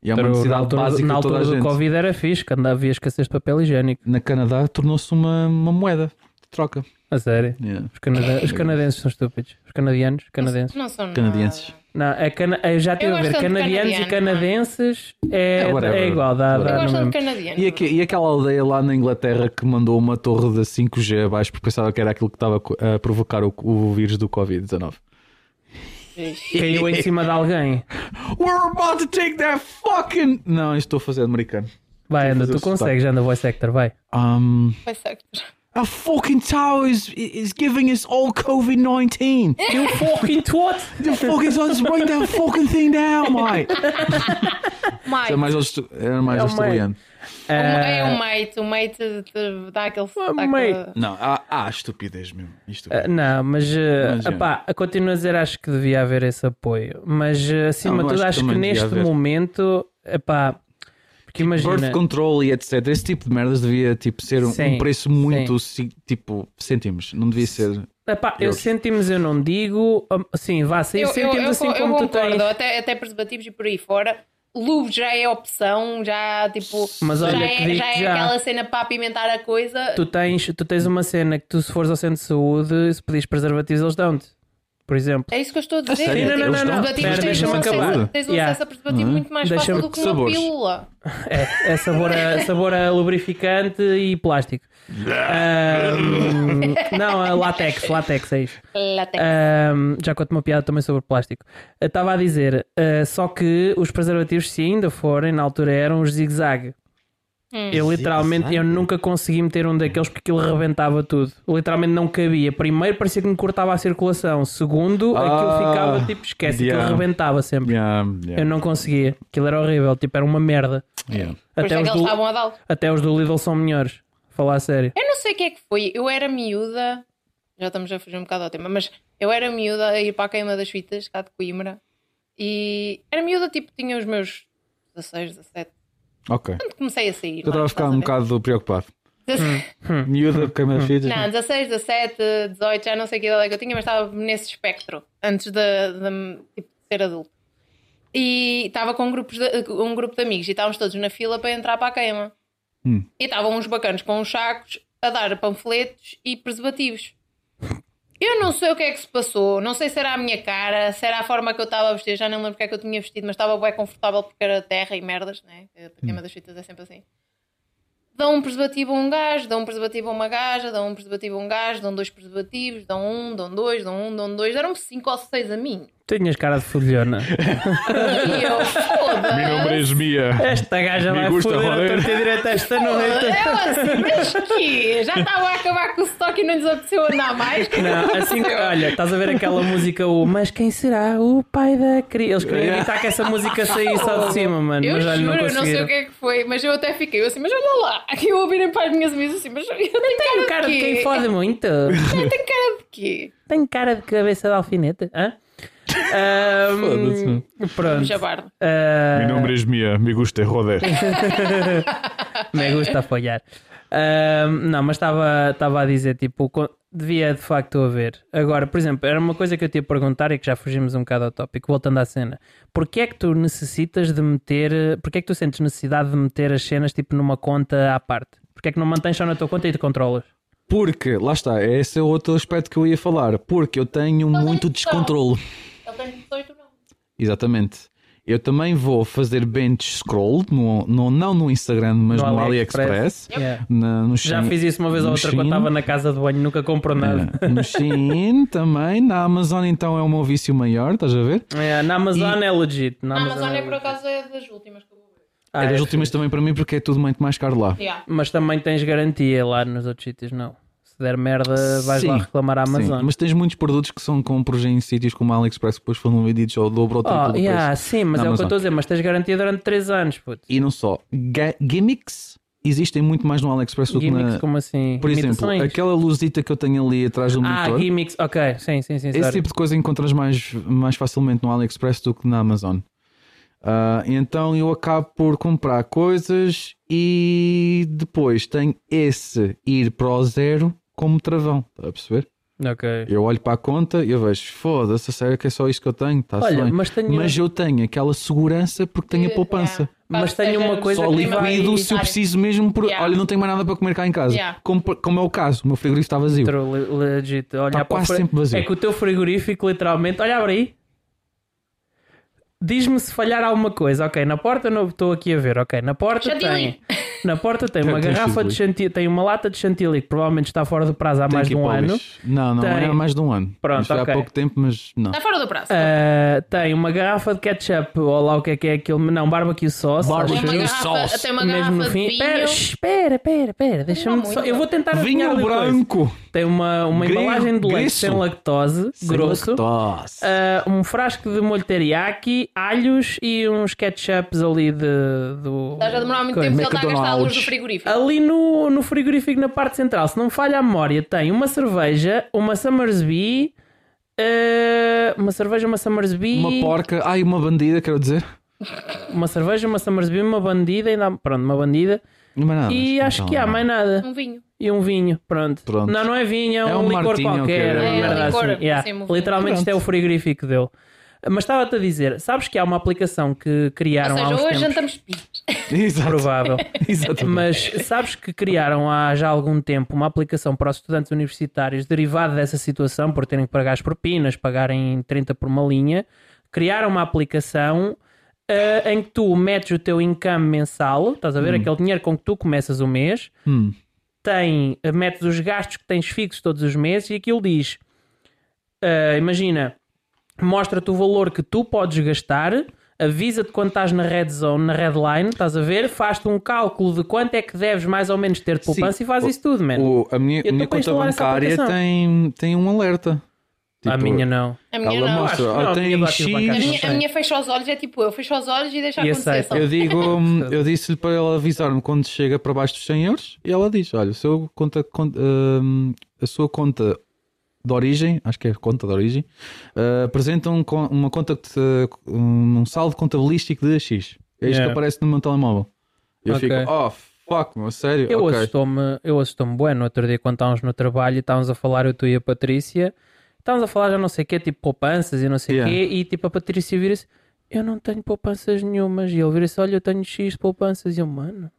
Speaker 3: E é uma
Speaker 4: Pero
Speaker 3: necessidade
Speaker 4: altura,
Speaker 3: básica
Speaker 4: na
Speaker 3: de toda
Speaker 4: altura
Speaker 3: a
Speaker 4: do
Speaker 3: gente.
Speaker 4: Covid era fixe, que andava havia escassez de papel higiênico.
Speaker 3: Na Canadá tornou-se uma, uma moeda de troca.
Speaker 4: A sério.
Speaker 3: Yeah.
Speaker 4: Os, canada- os canadenses são estúpidos. Os canadianos, canadenses.
Speaker 1: Não são nada.
Speaker 3: Canadenses.
Speaker 4: Não, a cana... eu já estive
Speaker 1: Eu
Speaker 4: a ver.
Speaker 1: gosto de
Speaker 4: Canadianos e
Speaker 1: canadiano, não é?
Speaker 4: canadenses é,
Speaker 3: É, whatever.
Speaker 4: é igual. Dá,
Speaker 3: Eu
Speaker 1: Eu
Speaker 4: dá no
Speaker 1: gosto
Speaker 4: mesmo.
Speaker 1: de canadiano.
Speaker 3: E, aque- e aquela aldeia lá na Inglaterra que mandou uma torre da 5G abaixo porque pensava que era aquilo que estava co- a provocar o, o vírus do Covid-19.
Speaker 4: Caiu em cima de alguém.
Speaker 3: We're about to take that fucking. Não, isto estou a fazer americano.
Speaker 4: Vai, anda,
Speaker 3: fazer
Speaker 4: tu
Speaker 3: o sotaque.
Speaker 4: consegues, anda, voice actor, vai.
Speaker 3: Um,
Speaker 1: Vai sector.
Speaker 3: a fucking tower is, is giving us all COVID-19.
Speaker 1: É
Speaker 4: You
Speaker 1: um
Speaker 4: fucking twat!
Speaker 3: The fucking so just bring that fucking thing down, mate.
Speaker 1: Mike.
Speaker 3: Era mais, aust- era mais
Speaker 4: É o
Speaker 3: australiano.
Speaker 1: É um mate. O mate te- te dá aquele sotaque.
Speaker 4: mate.
Speaker 3: Não, há, há estupidez mesmo. Isto.
Speaker 4: Ah, Não, mas, ah,
Speaker 3: Mas, é.
Speaker 4: pá, continuo a dizer, acho que devia haver esse apoio. Mas, ah, acima
Speaker 3: Não,
Speaker 4: de
Speaker 3: eu
Speaker 4: tudo, acho
Speaker 3: acho que
Speaker 4: que
Speaker 3: também devia
Speaker 4: neste
Speaker 3: haver. Tipo,
Speaker 4: momento, pá, porque Ah, imagina,
Speaker 3: Birth control e etc. Esse tipo de merdas devia tipo, ser um,
Speaker 4: Sim,
Speaker 3: um preço muito ci- tipo cêntimos. Não devia ser.
Speaker 4: epá, eu
Speaker 3: euros.
Speaker 4: cêntimos eu não digo, ah, sim, vá, sim,
Speaker 1: Eu, eu,
Speaker 4: cêntimos
Speaker 1: eu,
Speaker 4: assim
Speaker 1: eu
Speaker 4: como tu
Speaker 1: concordo.
Speaker 4: tens.
Speaker 1: Até, até preservativos e por aí fora. Luvo já é opção. Já tipo.
Speaker 4: Mas olha,
Speaker 1: já
Speaker 4: que
Speaker 1: é,
Speaker 4: digo
Speaker 1: já é
Speaker 4: já.
Speaker 1: aquela cena para apimentar a coisa.
Speaker 4: Tu tens, tu tens uma cena que tu, se fores ao centro de saúde, se pedires preservativos, eles dão-te, por exemplo.
Speaker 1: É isso que eu estou a dizer.
Speaker 3: sério?
Speaker 1: Tens
Speaker 3: Não, não, não, não.
Speaker 1: preservativos,
Speaker 3: Espera,
Speaker 1: tens um
Speaker 3: deixa-me
Speaker 1: acesso,
Speaker 3: acabar. Uhum.
Speaker 1: tens um
Speaker 4: Yeah.
Speaker 1: acesso a preservativo muito mais fácil
Speaker 4: Deixa-me-
Speaker 1: do que uma
Speaker 3: Sabores.
Speaker 1: pílula.
Speaker 4: É, é sabor a, sabor a lubrificante e plástico. Ahm, não, a látex, látex é isso.
Speaker 1: Látex.
Speaker 4: Ahm, já conto uma piada também sobre plástico. Eu Estava a dizer, ah, só que os preservativos, se ainda forem, na altura eram os zigue-zague.
Speaker 1: Hum.
Speaker 4: Eu literalmente eu nunca consegui meter um daqueles porque aquilo rebentava tudo. Literalmente não cabia. Primeiro parecia que me cortava a circulação. Segundo, aquilo
Speaker 3: Ah,
Speaker 4: ficava tipo esquece,
Speaker 3: yeah.
Speaker 4: aquilo rebentava sempre.
Speaker 3: Yeah,
Speaker 4: Eu
Speaker 3: yeah,
Speaker 4: não conseguia. Aquilo era horrível, tipo, era uma merda.
Speaker 3: yeah.
Speaker 1: Por isso é
Speaker 4: os
Speaker 1: que eles
Speaker 4: do-
Speaker 1: estavam a dar.
Speaker 4: até os do Lidl são melhores. Falar a sério.
Speaker 1: Eu não sei o que é que foi. Eu era miúda. Já estamos a fugir um bocado ao tema, mas eu era miúda a ir para a queima das fitas, cá de Coimbra. E era miúda, tipo, tinha os meus 16, 17.
Speaker 3: Ok.
Speaker 1: Quando comecei a sair.
Speaker 3: Eu estava
Speaker 1: lá,
Speaker 3: a ficar
Speaker 1: estás
Speaker 3: um
Speaker 1: ver?
Speaker 3: bocado preocupado. Hum.
Speaker 1: Dezesse-
Speaker 4: Hum.
Speaker 3: Miúda, queima de fitas.
Speaker 1: Não, 16, 17, 18, já não sei que idade é que eu tinha, mas estava nesse espectro antes de, de- tipo, de ser adulto. E estava com grupos de- um grupo de amigos e estávamos todos na fila para entrar para a queima.
Speaker 3: Hum.
Speaker 1: E estavam uns bacanos com uns sacos a dar panfletos e preservativos. Eu não sei o que é que se passou, não sei se era a minha cara, se era a forma que eu estava a vestir, já não lembro o que é que eu tinha vestido, mas estava bem confortável porque era terra e merdas, né? A queima das fitas é sempre assim dão um preservativo a um gajo, dão um preservativo a uma gaja, dão um preservativo a um gajo, dão dois preservativos, dão um, dão dois, dão um, dão dois, deram-me cinco ou seis a mim.
Speaker 4: Tinhas cara de é? fudilhona.
Speaker 1: E eu,
Speaker 3: é
Speaker 1: foda-se.
Speaker 3: Mia.
Speaker 4: Esta gaja vai
Speaker 3: gusta
Speaker 4: foder a
Speaker 3: joder.
Speaker 4: torta e direita esta noite.
Speaker 1: Eu assim, mas que? Já estava a acabar com o estoque e não lhes apeteceu andar mais?
Speaker 4: Não, assim que, olha, estás a ver aquela música, o Mas quem será o pai da criança? Eles queriam evitar que essa música saísse ao de cima, mano.
Speaker 1: Eu
Speaker 4: mas olha,
Speaker 1: juro,
Speaker 4: não
Speaker 1: eu não sei
Speaker 4: conseguiram.
Speaker 1: o que é que foi, mas eu até fiquei eu assim, mas olha lá, eu ouvirem para as minhas amigas assim, mas eu tenho cara,
Speaker 4: Tenho cara de quem
Speaker 1: quê?
Speaker 4: fode muito.
Speaker 1: Eu tenho cara de quê?
Speaker 4: Tenho cara de cabeça de alfinete. Hã?
Speaker 3: Foda-se,
Speaker 4: Ahm,
Speaker 3: mano.
Speaker 4: pronto.
Speaker 1: Jabardo.
Speaker 4: Ah,
Speaker 3: es Mia. é Me gusta roder.
Speaker 4: Me gusta apoiar. não, mas estava estava a dizer, tipo, co- devia de facto haver. Agora, por exemplo, era uma coisa que eu te ia perguntar e que já fugimos um bocado ao tópico, voltando à cena. Porquê é que tu necessitas de meter, eh, porquê é que tu sentes necessidade de meter as cenas, tipo, numa conta à parte? Porquê é que não mantens só na tua conta e te controlas?
Speaker 3: Porque, lá está, esse é outro aspecto que eu ia falar. Porque eu tenho muito descontrole.
Speaker 1: Ele tem 18 não.
Speaker 4: Ah,
Speaker 3: Exatamente. Eu também vou fazer bench scroll, no, no- não no Instagram, mas
Speaker 4: No
Speaker 3: no,
Speaker 4: AliExpress.
Speaker 3: AliExpress.
Speaker 4: Yeah.
Speaker 3: na- no
Speaker 4: Já
Speaker 3: Shein-
Speaker 4: fiz isso uma vez ou
Speaker 3: no
Speaker 4: outra quando
Speaker 3: Shein.
Speaker 4: estava na casa de banho, nunca compro nada.
Speaker 3: É, No Shein também. Na Amazon, então, é o meu vício maior, estás a ver?
Speaker 4: É, na Amazon é legit. Na
Speaker 1: A
Speaker 4: Amazon,
Speaker 1: Amazon é por
Speaker 4: legit.
Speaker 1: acaso é das últimas que eu vou ver.
Speaker 4: Ah,
Speaker 3: é das
Speaker 4: é.
Speaker 3: últimas também para mim, porque é tudo muito mais caro lá.
Speaker 1: Yeah.
Speaker 4: Mas também tens garantia lá nos outros sítios, não? Se der merda, vais
Speaker 3: Sim,
Speaker 4: lá reclamar à
Speaker 3: Sim,
Speaker 4: Amazon.
Speaker 3: mas tens muitos produtos que são compras em sítios como a AliExpress que depois foram vendidos ao dobro ou triplo
Speaker 4: Oh,
Speaker 3: do
Speaker 4: yeah,
Speaker 3: preço.
Speaker 4: sim, mas é o que
Speaker 3: Na
Speaker 4: eu
Speaker 3: Amazon.
Speaker 4: estou a dizer, mas tens garantia durante 3 anos, puto.
Speaker 3: E não só. Ga- gimmicks existem muito mais no AliExpress do que
Speaker 4: Gimmicks,
Speaker 3: na...
Speaker 4: como assim?
Speaker 3: Por exemplo,
Speaker 4: Imitações?
Speaker 3: aquela luzita que eu tenho ali atrás do
Speaker 4: Ah,
Speaker 3: monitor.
Speaker 4: gimmicks, ok, sim, sim, sim.
Speaker 3: Esse
Speaker 4: sorry.
Speaker 3: tipo de coisa encontras mais, mais facilmente no AliExpress do que na Amazon. Ah, então eu acabo por comprar coisas e depois tenho esse ir para o zero como travão. Está a perceber?
Speaker 4: Ok.
Speaker 3: Eu olho para a conta e eu vejo, foda-se, a sério que é só isto que eu tenho. Está
Speaker 4: Olha, É,
Speaker 3: bem.
Speaker 4: mas tenho-
Speaker 3: eu tenho aquela segurança porque tenho a poupança.
Speaker 1: Yeah.
Speaker 4: Mas
Speaker 1: Caso
Speaker 4: tenho
Speaker 1: seja
Speaker 4: uma
Speaker 1: no
Speaker 4: coisa
Speaker 3: Só
Speaker 1: seu
Speaker 4: que
Speaker 1: clima
Speaker 4: vai-
Speaker 3: liquido se eu
Speaker 1: primário.
Speaker 3: preciso mesmo. Por...
Speaker 1: Yeah.
Speaker 3: Olha, não tenho mais nada para comer cá em casa.
Speaker 1: Yeah.
Speaker 3: Como, como é o caso, o meu frigorífico está vazio.
Speaker 4: True, le- legit. Olha,
Speaker 3: Tá Tipo, quase sempre vazio.
Speaker 4: É que o teu frigorífico, literalmente. Olha, abre aí. Diz-me se falhar alguma coisa. Ok, na porta não estou aqui a ver. Ok, na porta
Speaker 1: Chantilly.
Speaker 4: tem. Na porta tem uma
Speaker 3: Tem
Speaker 4: garrafa de chantilly, tem uma lata de chantilly que provavelmente está fora do prazo há mais de um ano.
Speaker 3: Não, não
Speaker 4: Tem.
Speaker 3: é mais de um ano.
Speaker 4: Pronto,
Speaker 3: Isto é
Speaker 4: ok.
Speaker 3: há pouco tempo, mas não.
Speaker 1: Está fora do prazo.
Speaker 4: Ah, tem uma garrafa de ketchup, ou lá o que é que é aquilo, não, barbecue sauce.
Speaker 1: Tem
Speaker 3: Barbecue
Speaker 4: acho
Speaker 1: uma
Speaker 4: eu.
Speaker 3: Tem
Speaker 1: garrafa,
Speaker 3: sauce.
Speaker 1: tem uma
Speaker 4: Mesmo no
Speaker 1: garrafa de
Speaker 4: fim. Espera,
Speaker 1: vinho.
Speaker 4: espera, espera, espera, deixa-me
Speaker 1: Não,
Speaker 4: só.
Speaker 1: muito.
Speaker 4: Eu vou tentar adivinhar
Speaker 3: Vinho
Speaker 4: ali coisa.
Speaker 3: branco.
Speaker 4: Tem uma, uma
Speaker 3: Gre-
Speaker 4: embalagem de leite
Speaker 3: gresso.
Speaker 4: sem lactose, grosso.
Speaker 3: Lactose.
Speaker 4: Ah, um frasco de molho teriyaki, alhos e uns ketchups ali de, do.
Speaker 1: Estás a demorar muito
Speaker 4: coisa.
Speaker 1: tempo porque ele está a gastar a luz do
Speaker 3: McDonald's.
Speaker 1: frigorífico.
Speaker 4: Ali no, no frigorífico, na parte central, se não me falha a memória, tem uma cerveja, uma Summersby. ah, uma cerveja, uma Summersby.
Speaker 3: Uma porca. Ai, uma bandida, quero dizer.
Speaker 4: uma cerveja, uma Summersby, uma bandida, ainda há- pronto, uma bandida.
Speaker 3: Não mais nada.
Speaker 4: e acho
Speaker 3: Ah, Então,
Speaker 4: que há mais nada.
Speaker 1: Um vinho.
Speaker 4: E um vinho, pronto.
Speaker 3: Pronto.
Speaker 4: Não, não é vinho, é,
Speaker 3: É
Speaker 4: um,
Speaker 3: um
Speaker 4: licor
Speaker 3: martini,
Speaker 4: qualquer.
Speaker 3: ok.
Speaker 4: uma
Speaker 3: É,
Speaker 4: merda
Speaker 1: licor,
Speaker 4: assim. Yeah.
Speaker 1: sem movimento.
Speaker 4: Literalmente isto é o
Speaker 3: Pronto.
Speaker 4: frigorífico dele. Mas estava-te a dizer, sabes que há uma aplicação que criaram
Speaker 1: Ou
Speaker 4: há
Speaker 1: seja,
Speaker 4: uns
Speaker 1: hoje
Speaker 4: tempos.
Speaker 1: jantamos pizza.
Speaker 3: Exato.
Speaker 4: Provável.
Speaker 3: Exatamente.
Speaker 4: Mas sabes que criaram há já algum tempo uma aplicação para os estudantes universitários derivada dessa situação, por terem que pagar as propinas, pagarem 30 por uma linha, criaram uma aplicação eh, em que tu metes o teu income mensal, estás a ver? Aquele dinheiro com que tu começas o mês,
Speaker 3: Hum.
Speaker 4: tem, eh, metes os gastos que tens fixos todos os meses e aquilo diz: ah, imagina, mostra-te o valor que tu podes gastar, avisa-te quando estás na red zone, na red line, estás a ver, faz-te um cálculo de quanto é que deves mais ou menos ter de
Speaker 3: Sim.
Speaker 4: poupança e faz
Speaker 3: O-
Speaker 4: isso tudo, mano.
Speaker 3: O- a minha,
Speaker 4: Eu
Speaker 3: minha
Speaker 4: tô para
Speaker 3: conta
Speaker 4: instalar essa
Speaker 3: bancária
Speaker 4: aplicação.
Speaker 3: tem, tem um alerta.
Speaker 4: a
Speaker 3: Tipo,
Speaker 4: minha não.
Speaker 1: A minha
Speaker 3: Ela
Speaker 1: não.
Speaker 3: mostra,
Speaker 4: acho que não,
Speaker 3: ah,
Speaker 4: a minha
Speaker 3: tem
Speaker 4: do
Speaker 3: X.
Speaker 4: Ativo Bancário.
Speaker 1: A minha,
Speaker 4: sei.
Speaker 1: a minha fecha os olhos, é tipo eu fecho os olhos e deixo
Speaker 4: E
Speaker 1: acontecer.
Speaker 4: aceita.
Speaker 1: só.
Speaker 3: Eu digo, hum, eu disse-lhe para ela avisar-me quando chega para baixo dos 100 euros e ela diz: Olha, o seu conta, con- hum, a sua conta de origem, acho que é conta de origem, eh, apresenta um con- uma conta que te- um saldo contabilístico de X. É isto
Speaker 4: Yeah.
Speaker 3: que aparece no meu telemóvel. Eu
Speaker 4: Ok.
Speaker 3: fico, oh fuck, meu, sério?
Speaker 4: Eu
Speaker 3: Ok.
Speaker 4: assustou-me, eu assustou-me, bueno, outro dia quando estávamos no trabalho e estávamos a falar, eu, tu e a Patrícia, estávamos a falar já não sei o quê, tipo poupanças e não sei o
Speaker 3: Yeah.
Speaker 4: quê, e tipo a Patrícia vira-se, eu não tenho poupanças nenhumas, e ele vira-se, olha, eu tenho X de poupanças, e eu, mano,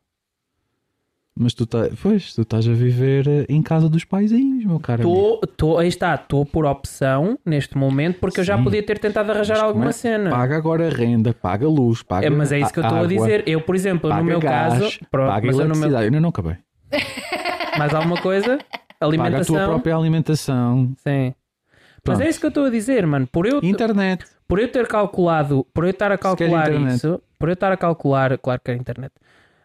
Speaker 3: Mas tu, tá, pois, tu estás a viver eh, em casa dos paizinhos, meu cara.
Speaker 4: tô, tô, aí está, estou por opção neste momento, porque eu já
Speaker 3: Sim.
Speaker 4: podia ter tentado arranjar
Speaker 3: Mas
Speaker 4: alguma
Speaker 3: como é-
Speaker 4: cena.
Speaker 3: Paga agora a renda, paga a luz, paga
Speaker 4: É, mas é isso que eu estou a
Speaker 3: água,
Speaker 4: dizer. Eu, por exemplo,
Speaker 3: Paga
Speaker 4: no meu
Speaker 3: gás,
Speaker 4: caso, pronto,
Speaker 3: paga
Speaker 4: mas eu no meu,
Speaker 3: eletricidade. Eu ainda não acabei.
Speaker 4: mais alguma coisa?
Speaker 3: Paga a
Speaker 4: Alimentação.
Speaker 3: tua própria alimentação.
Speaker 4: Sim. Mas
Speaker 3: Pronto. Então,
Speaker 4: é isso que eu estou a dizer, mano. Por eu,
Speaker 3: Internet.
Speaker 4: por eu ter calculado, por eu estar a calcular
Speaker 3: internet.
Speaker 4: isso, por eu estar a calcular, claro que é a internet,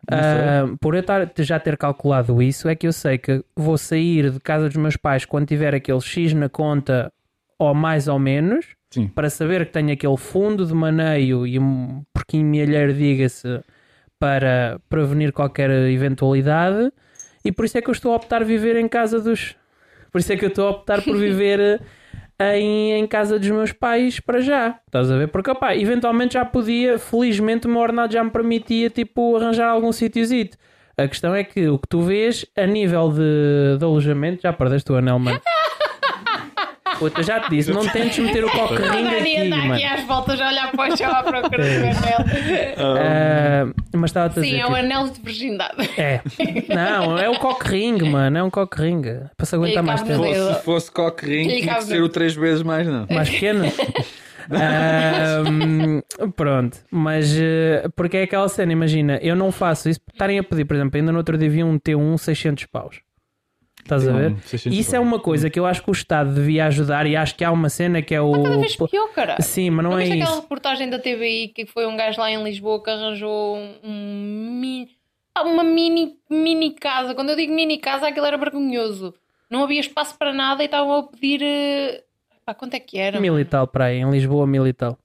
Speaker 3: Não sei.
Speaker 4: Ah, por eu estar, já ter calculado isso, é que eu sei que vou sair de casa dos meus pais quando tiver aquele X na conta, ou mais ou menos,
Speaker 3: Sim.
Speaker 4: para saber que tenho aquele fundo de maneio e um porquinho milheiro, diga-se, para prevenir qualquer eventualidade, e por isso é que eu estou a optar viver em casa dos. Por isso é que eu estou a optar por viver. eh, Em, em casa dos meus pais para já, estás a ver? Porque opá, eventualmente já podia, felizmente o meu ordenado já me permitia tipo arranjar algum sítiozito. A questão é que o que tu vês a nível de, de alojamento já perdeste o anel, mano. Puta, já te disse, não tentes meter o copo
Speaker 1: A
Speaker 4: ringue
Speaker 1: Dani
Speaker 4: aqui,
Speaker 1: anda aqui
Speaker 4: mano.
Speaker 1: às voltas a olhar para o chão à procura do anel.
Speaker 4: Ah, mas estava a dizer.
Speaker 1: Sim, é
Speaker 4: tipo,
Speaker 1: o anel de virgindade.
Speaker 4: É. Não, é o cock ring, mano. É um cock ring. Para se aguentar
Speaker 1: E
Speaker 4: mais
Speaker 1: cabe
Speaker 4: tempo.
Speaker 1: no dedo.
Speaker 3: Se fosse coque ring,
Speaker 1: Sim,
Speaker 3: tinha que
Speaker 1: cabe.
Speaker 3: ser o três vezes mais, não.
Speaker 1: É.
Speaker 4: Mais pequeno. Ahm, pronto. Mas eh, porque é aquela cena, imagina, eu não faço isso. Estarem a pedir, por exemplo, ainda no outro dia vi um T1 600 paus. Estás a
Speaker 3: T1,
Speaker 4: ver?
Speaker 3: 600
Speaker 4: Isso é uma coisa que eu acho que o Estado devia ajudar e acho que há uma cena que é o.
Speaker 1: Cada vez pior, cara.
Speaker 4: Sim, mas não
Speaker 1: Não
Speaker 4: é
Speaker 1: viste aquela
Speaker 4: isso.
Speaker 1: reportagem da TVI que foi um gajo lá em Lisboa que arranjou um, um mini, ah, uma mini, mini casa. Quando eu digo mini casa, aquilo era vergonhoso. Não havia espaço para nada e estavam a pedir. eh, Pá, quanto é que era?
Speaker 4: Mil e tal para aí, em Lisboa, mil e tal.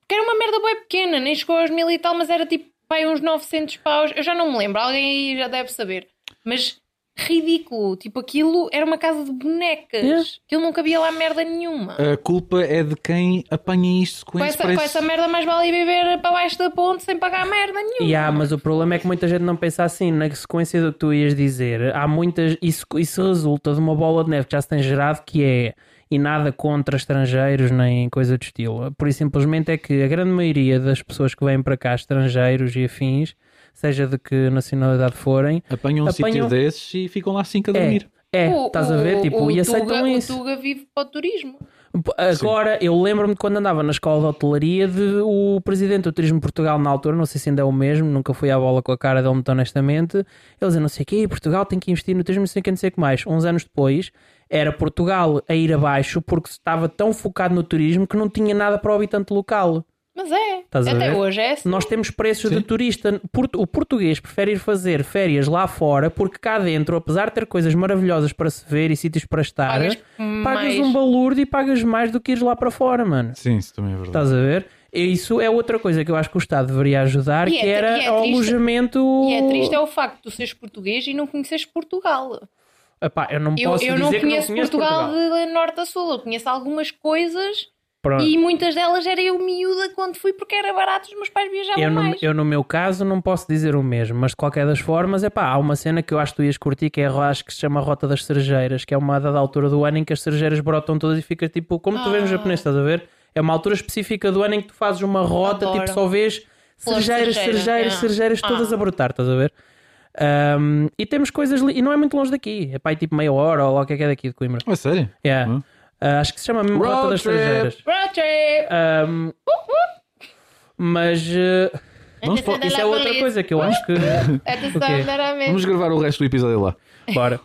Speaker 1: Porque era uma merda bem pequena, nem chegou aos mil e tal, mas era tipo pai, uns 900 paus. Eu já não me lembro, alguém aí já deve saber. Mas ridículo, tipo aquilo era uma casa de bonecas.
Speaker 4: Yeah.
Speaker 1: Aquilo não cabia lá merda nenhuma.
Speaker 3: A culpa é de quem apanha isto
Speaker 1: Com
Speaker 3: com, esse
Speaker 1: essa, com
Speaker 3: preço.
Speaker 1: essa merda mais vale viver para baixo da ponte sem pagar merda nenhuma.
Speaker 4: E há, mas o problema é que muita gente não pensa assim. Na sequência do que tu ias dizer, há muitas. Isso, isso resulta de uma bola de neve que já se tem gerado, que é. E nada contra estrangeiros nem coisa do estilo. Por isso, simplesmente é que a grande maioria das pessoas que vêm para cá, estrangeiros e afins, seja de que nacionalidade forem,
Speaker 3: Apanham um
Speaker 4: Apanham-
Speaker 3: sítio desses e ficam lá cinco a
Speaker 4: é,
Speaker 3: dormir.
Speaker 4: É,
Speaker 1: O-
Speaker 4: estás a ver?
Speaker 1: o-
Speaker 4: Tipo,
Speaker 1: o
Speaker 4: e aceitam
Speaker 1: Tuga,
Speaker 4: isso.
Speaker 1: O Tuga vive para o turismo.
Speaker 4: P- Agora, eu lembro-me de quando andava na escola de hotelaria de o presidente do Turismo de Portugal na altura, não sei se ainda é o mesmo, nunca fui à bola com a cara dele, muito honestamente. Ele dizia não sei o quê, Portugal tem que investir no turismo, não sei o que, não sei o que mais. Uns anos depois, era Portugal a ir abaixo porque se estava tão focado no turismo que não tinha nada para o habitante local.
Speaker 1: Mas é.
Speaker 4: Estás a
Speaker 1: Até
Speaker 4: ver?
Speaker 1: hoje é assim.
Speaker 4: Nós temos preços de turista. Port- O português prefere ir fazer férias lá fora porque cá dentro, apesar de ter coisas maravilhosas para se ver e sítios para estar,
Speaker 1: Pagas
Speaker 4: pagas,
Speaker 1: mais.
Speaker 4: um balurdo e pagas mais do que ires lá para fora, mano.
Speaker 3: Sim, isso também é verdade.
Speaker 4: Estás a ver? E Isso é outra coisa que eu acho que o Estado deveria ajudar,
Speaker 1: E é
Speaker 4: que
Speaker 1: tri-
Speaker 4: era
Speaker 1: e é
Speaker 4: o
Speaker 1: triste-
Speaker 4: alojamento.
Speaker 1: E é triste é o facto de tu seres português e não conheceres Portugal.
Speaker 4: Epá, eu não
Speaker 1: Eu,
Speaker 4: posso
Speaker 1: eu
Speaker 4: dizer
Speaker 1: não
Speaker 4: que
Speaker 1: conheço
Speaker 4: não conheço
Speaker 1: Portugal,
Speaker 4: Portugal.
Speaker 1: de norte a sul. Eu conheço algumas coisas
Speaker 4: Pronto.
Speaker 1: e muitas delas era eu miúda quando fui porque era barato os meus pais viajavam
Speaker 4: Eu no,
Speaker 1: mais.
Speaker 4: eu, no meu caso, não posso dizer o mesmo, mas de qualquer das formas, epá, há uma cena que eu acho que tu ias curtir, que é a ro- acho que se chama Rota das Cerejeiras, que é uma dada altura do ano em que as cerejeiras brotam todas e fica tipo, como tu vês no
Speaker 1: Ah.
Speaker 4: japonês, estás a ver? É uma altura específica do ano em que tu fazes uma rota,
Speaker 1: Adoro.
Speaker 4: tipo, só vês
Speaker 1: Flores de
Speaker 4: cerejeiras,
Speaker 1: cerejeira,
Speaker 4: cerejeiras,
Speaker 1: é.
Speaker 4: cerejeiras, todas
Speaker 1: Ah.
Speaker 4: a brotar, estás a ver? Ahm, e temos coisas, li- e não é muito longe daqui, epá, é tipo meia hora ou lá o que é que é daqui de Coimbra.
Speaker 3: Ah, sério?
Speaker 4: Yeah.
Speaker 3: Hum.
Speaker 4: Ah, acho que se chama mesmo
Speaker 3: Road
Speaker 4: Rota das
Speaker 3: trip.
Speaker 4: Cerejeiras.
Speaker 1: Road trip!
Speaker 4: Ah, Ahm, mas eh,
Speaker 3: Vamos
Speaker 1: Até
Speaker 3: para-
Speaker 1: se andar
Speaker 4: isso é
Speaker 1: à
Speaker 4: outra
Speaker 1: Paris.
Speaker 4: coisa que eu acho que.
Speaker 1: Até se
Speaker 4: O quê?
Speaker 1: andar à mesa.
Speaker 3: Vamos gravar o resto do episódio lá.
Speaker 4: Bora.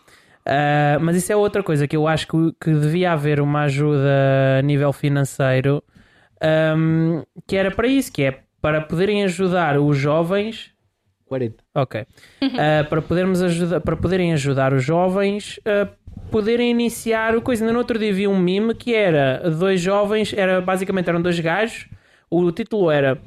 Speaker 4: Ah, mas isso é outra coisa que eu acho que, que devia haver uma ajuda a nível financeiro ahm, que era para isso, que é para poderem ajudar os jovens
Speaker 3: 40.
Speaker 4: Ok. Ah, para, podermos ajudar, para poderem ajudar os jovens a poderem iniciar o coisa. Ainda no outro dia vi um meme que era dois jovens, era, basicamente eram dois gajos. O título era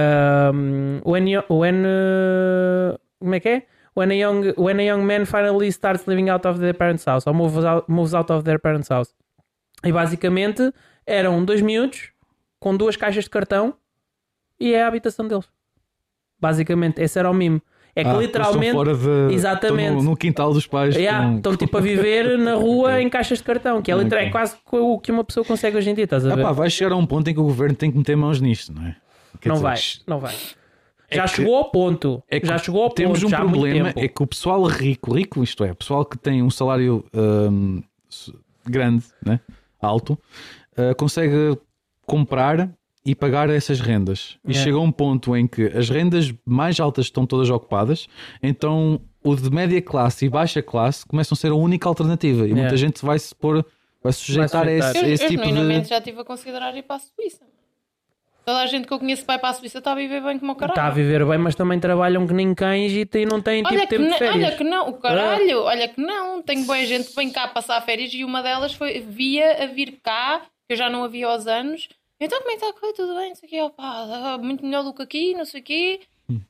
Speaker 4: ahm, When, yo- when eh, como é que é? When a, young, when a young man finally starts living out of their parents' house ou moves out, moves out of their parents' house. E basicamente eram dois miúdos com duas caixas de cartão e é a habitação deles. Basicamente, esse era o mimo. É que
Speaker 3: Ah,
Speaker 4: literalmente
Speaker 3: estão fora de,
Speaker 4: Exatamente.
Speaker 3: estão No, no quintal dos pais.
Speaker 4: yeah,
Speaker 3: com-
Speaker 4: estão tipo a viver na rua em caixas de cartão, que é, literal,
Speaker 3: Ok.
Speaker 4: é quase o que uma pessoa consegue hoje em dia, estás a
Speaker 3: Ah,
Speaker 4: ver?
Speaker 3: pá, vai chegar a um ponto em que o governo tem que meter mãos nisto, não é? Quer
Speaker 4: não
Speaker 3: dizer, é
Speaker 4: vai, não vai. Já
Speaker 3: que-
Speaker 4: chegou ao ponto.
Speaker 3: é que
Speaker 4: já chegou ao
Speaker 3: temos
Speaker 4: ponto.
Speaker 3: um
Speaker 4: já há muito
Speaker 3: problema
Speaker 4: tempo.
Speaker 3: é que o pessoal rico rico isto é pessoal que tem um salário hum, s- grande né alto uh, consegue comprar e pagar essas rendas e
Speaker 4: Yeah.
Speaker 3: chega a um ponto em que as rendas mais altas estão todas ocupadas então o de média classe e baixa classe começam a ser a única alternativa e muita
Speaker 4: Yeah.
Speaker 3: gente vai se pôr vai sujeitar,
Speaker 4: É. Vai
Speaker 3: a
Speaker 4: sujeitar.
Speaker 3: esse,
Speaker 1: Eu,
Speaker 3: esse
Speaker 1: eu
Speaker 3: tipo
Speaker 1: genuinamente
Speaker 3: de
Speaker 1: já estive a considerar ir para a Suíça. Toda a gente que eu conheço vai para a Suíça está a viver bem como o caralho.
Speaker 4: Está a viver bem, mas também trabalham que nem cães e tem- não têm
Speaker 1: olha,
Speaker 4: tipo
Speaker 1: que
Speaker 4: tempo de
Speaker 1: não,
Speaker 4: férias. Ah.
Speaker 1: olha que não, o caralho, olha que não. Tenho boa gente que vem cá passar férias e uma delas foi, via a vir cá, que eu já não a via aos anos. Então como é que está a correr? Tudo bem? Não sei o quê, opá, ah, muito melhor do que aqui, não sei o quê.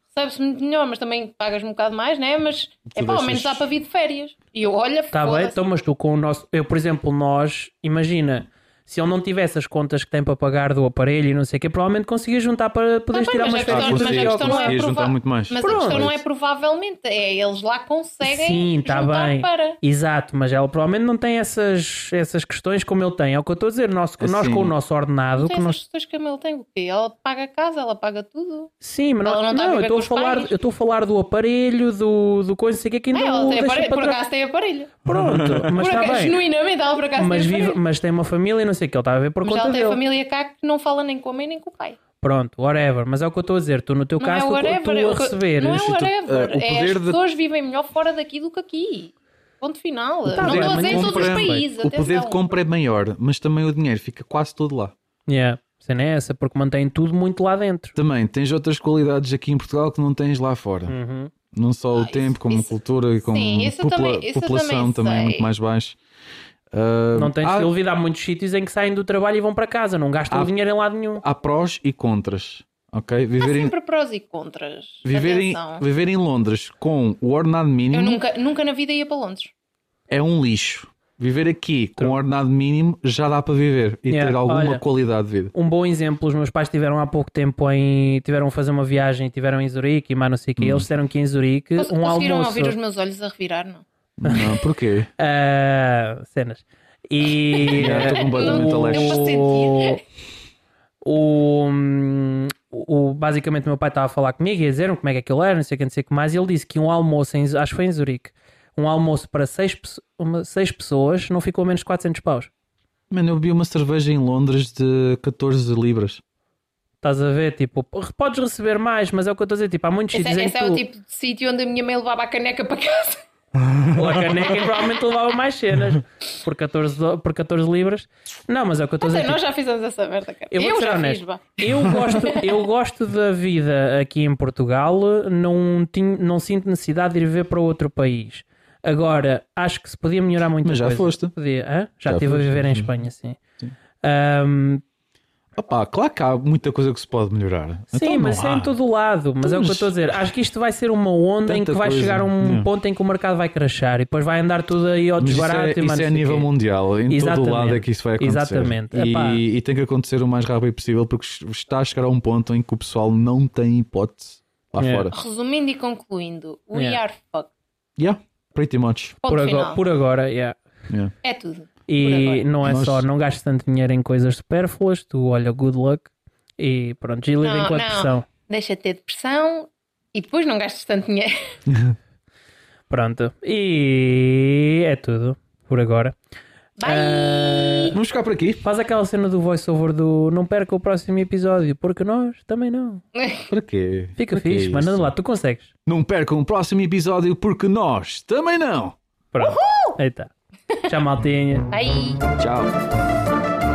Speaker 1: Recebes-se muito melhor, mas também pagas um bocado mais, né? Mas é
Speaker 3: Tu
Speaker 1: pá, ao
Speaker 3: deixas-
Speaker 1: menos dá para vir de férias. E eu, olha,
Speaker 4: Está bem,
Speaker 1: foda-se.
Speaker 4: então, mas tu com o nosso. Eu, por exemplo, nós, imagina, se ele não tivesse as contas que tem para pagar do aparelho e não sei o quê, provavelmente conseguia juntar para poderes
Speaker 1: Tá bem,
Speaker 4: tirar
Speaker 1: mas
Speaker 4: umas
Speaker 1: a
Speaker 3: Ah,
Speaker 1: questão-
Speaker 4: férias.
Speaker 1: mas a questão não
Speaker 4: contigo,
Speaker 1: é
Speaker 4: claro.
Speaker 3: Conseguia juntar
Speaker 1: provável.
Speaker 3: muito mais
Speaker 1: Mas
Speaker 4: Pronto.
Speaker 1: a questão não é provavelmente, é eles lá conseguem
Speaker 4: Sim, está
Speaker 1: está
Speaker 4: bem.
Speaker 1: para.
Speaker 4: Exato, mas ela provavelmente não tem essas, essas questões como ele tem. É o que eu estou a dizer. Nós, nós
Speaker 3: Assim,
Speaker 4: com o nosso ordenado.
Speaker 1: Não
Speaker 4: Que
Speaker 1: tem
Speaker 4: nós...
Speaker 1: Então, essas pessoas que a Mel tem o quê? Ela paga a casa, ela paga tudo.
Speaker 4: Sim, mas não,
Speaker 1: Ela não está a
Speaker 4: não, eu
Speaker 1: viver
Speaker 4: estou
Speaker 1: com
Speaker 4: a
Speaker 1: os
Speaker 4: falar,
Speaker 1: pais.
Speaker 4: eu estou a falar do aparelho, do, do coisa, não sei o que é que ainda
Speaker 1: Ah, ela tem
Speaker 4: o deixa
Speaker 1: aparelho,
Speaker 4: para
Speaker 1: por
Speaker 4: trás.
Speaker 1: acaso tem aparelho.
Speaker 4: Pronto, mas
Speaker 1: por
Speaker 4: está
Speaker 1: acaso,
Speaker 4: bem.
Speaker 1: genuinamente, ela por acaso
Speaker 4: Mas,
Speaker 1: tem
Speaker 4: vive,
Speaker 1: aparelho.
Speaker 4: mas tem uma família e não sei o que, ele está a ver por
Speaker 1: Mas
Speaker 4: conta
Speaker 1: ela tem
Speaker 4: dele.
Speaker 1: família cá que não fala nem com a mãe nem com o pai.
Speaker 4: Pronto, whatever. Mas é o que eu estou a dizer. Tu, no teu
Speaker 1: Não
Speaker 4: caso,
Speaker 1: é
Speaker 4: tu-
Speaker 1: whatever.
Speaker 4: tu,
Speaker 1: é o
Speaker 4: a
Speaker 1: que-
Speaker 4: receber.
Speaker 1: Não é
Speaker 3: Instituto-
Speaker 1: whatever.
Speaker 3: eh, o
Speaker 1: é, as
Speaker 3: poder de-
Speaker 1: pessoas vivem melhor fora daqui do que aqui. Ponto final.
Speaker 4: Tá
Speaker 3: O
Speaker 1: não
Speaker 3: poder
Speaker 1: estou a
Speaker 3: de
Speaker 1: dizer em todos os
Speaker 3: compra-
Speaker 1: países.
Speaker 3: o poder de
Speaker 1: atenção.
Speaker 3: compra é maior mas também o dinheiro fica quase todo lá
Speaker 4: Yeah, a cena é essa, porque mantém tudo muito lá dentro.
Speaker 3: Também tens outras qualidades aqui em Portugal que não tens lá fora.
Speaker 4: Uhum.
Speaker 3: Não só o
Speaker 1: Ah,
Speaker 3: tempo,
Speaker 1: isso-
Speaker 3: como
Speaker 1: isso-
Speaker 3: cultura e como
Speaker 1: sim, isso eu
Speaker 3: popula-
Speaker 1: também- isso eu também
Speaker 3: população também é
Speaker 1: sei.
Speaker 3: muito mais baixo. Ah,
Speaker 4: Não tens
Speaker 3: há,
Speaker 4: dúvida, há muitos sítios em que saem do trabalho e vão para casa, não gastam
Speaker 3: Ah.
Speaker 4: o dinheiro em lado nenhum.
Speaker 3: há prós e contras. Ok?
Speaker 1: Há
Speaker 3: Viver, em,
Speaker 1: sempre prós e contras.
Speaker 3: viver, em,
Speaker 1: Atenção.
Speaker 3: viver em Londres com o ordenado
Speaker 1: Eu
Speaker 3: mínimo
Speaker 1: nunca, nunca na vida ia para Londres.
Speaker 3: é um lixo. Viver aqui com o ordenado mínimo já dá para viver e
Speaker 4: Yeah,
Speaker 3: ter alguma
Speaker 4: olha.
Speaker 3: qualidade de vida.
Speaker 4: Um bom exemplo, os meus pais tiveram há pouco tempo em. tiveram a fazer uma viagem, tiveram em Zurique e mais não sei o quê. Eles disseram que em Zurique
Speaker 1: Cons-
Speaker 4: um
Speaker 1: Conseguiram
Speaker 4: almoço.
Speaker 1: ouvir os meus olhos a revirar, não?
Speaker 3: Não, porquê?
Speaker 4: Ah, cenas. E.
Speaker 3: Yeah, estou completamente
Speaker 4: o-
Speaker 3: alegre.
Speaker 1: Deu para sentir.
Speaker 4: o, hum, o- basicamente o meu pai estava a falar comigo e a dizer-me como é que aquilo era, não sei o que, não sei o que mais, e ele disse que um almoço, em, acho que foi em Zurique, um almoço para seis, pesso- uma- seis pessoas não ficou a menos de 400 paus.
Speaker 3: Mano, eu bebi uma cerveja em Londres de 14 libras.
Speaker 4: Estás a ver? Tipo, p- podes receber mais, mas é o que eu estou a dizer. Tipo, há muitos
Speaker 1: Esse,
Speaker 4: sítios em
Speaker 1: esse
Speaker 4: que
Speaker 1: é o
Speaker 4: tu-
Speaker 1: tipo de sítio onde a minha mãe levava a caneca para casa.
Speaker 4: Ou a caneca e provavelmente levava mais cenas por 14, do- por 14 libras. Não, mas é o que eu estou a
Speaker 1: Até
Speaker 4: dizer. tipo,
Speaker 1: nós já fizemos essa merda, cara.
Speaker 4: Eu, vou ser
Speaker 1: já
Speaker 4: honesto.
Speaker 1: fiz, vá.
Speaker 4: Eu gosto, eu gosto da vida aqui em Portugal, não, tinha, não sinto necessidade de ir viver para outro país. Agora, acho que se podia melhorar muito
Speaker 3: Mas já
Speaker 4: coisa.
Speaker 3: foste.
Speaker 4: Podia, hã? Já
Speaker 3: Já
Speaker 4: estive a
Speaker 3: foste,
Speaker 4: viver em
Speaker 3: sim.
Speaker 4: Espanha, sim.
Speaker 3: Sim.
Speaker 4: Ahm,
Speaker 3: Opá, claro que há muita coisa que se pode melhorar. Então
Speaker 4: sim,
Speaker 3: não
Speaker 4: mas isso é
Speaker 3: há.
Speaker 4: em todo o lado. Mas é o que eu
Speaker 3: Mas-
Speaker 4: estou a dizer. Acho que isto vai ser uma onda em
Speaker 3: Tanta
Speaker 4: que vai
Speaker 3: coisa.
Speaker 4: chegar a um
Speaker 3: Yeah.
Speaker 4: ponto em que o mercado vai crashar e depois vai andar tudo aí ao
Speaker 3: Mas isso
Speaker 4: desbarato
Speaker 3: é,
Speaker 4: e
Speaker 3: isso
Speaker 4: mano,
Speaker 3: é
Speaker 4: não sei
Speaker 3: a nível
Speaker 4: quê.
Speaker 3: mundial, em todo
Speaker 4: Exatamente.
Speaker 3: o lado é que isso vai acontecer.
Speaker 4: Exatamente. Epá.
Speaker 3: E, e tem que acontecer o mais rápido possível, porque está a chegar a um ponto em que o pessoal não tem hipótese lá
Speaker 4: É.
Speaker 3: fora.
Speaker 1: Resumindo e concluindo, we
Speaker 4: Yeah.
Speaker 1: are fucked.
Speaker 3: Yeah, pretty much.
Speaker 1: Ponto
Speaker 4: Por agora,
Speaker 1: final.
Speaker 4: por agora yeah.
Speaker 3: Yeah.
Speaker 1: É tudo. Por
Speaker 4: E
Speaker 1: agora.
Speaker 4: não é
Speaker 3: Nós-
Speaker 4: só, não gastes tanto dinheiro em coisas supérfluas, tu olha, good luck e pronto, e lida
Speaker 1: Não,
Speaker 4: com a
Speaker 1: não.
Speaker 4: depressão.
Speaker 1: Deixa de ter depressão e depois não gastes tanto dinheiro.
Speaker 4: Pronto, e é tudo por agora. Ah.
Speaker 1: Bye!
Speaker 3: Vamos ficar por aqui.
Speaker 4: Faz aquela cena do voiceover do não perca o próximo episódio, porque nós também não.
Speaker 3: Para quê?
Speaker 4: Fica
Speaker 3: Para quê é
Speaker 4: fixe,
Speaker 3: isso?
Speaker 4: manda lá, tu consegues.
Speaker 3: Não percam o próximo episódio, porque nós também não.
Speaker 4: Pronto, aí tá. Tchau, maltinha.
Speaker 1: Bye!
Speaker 3: Tchau.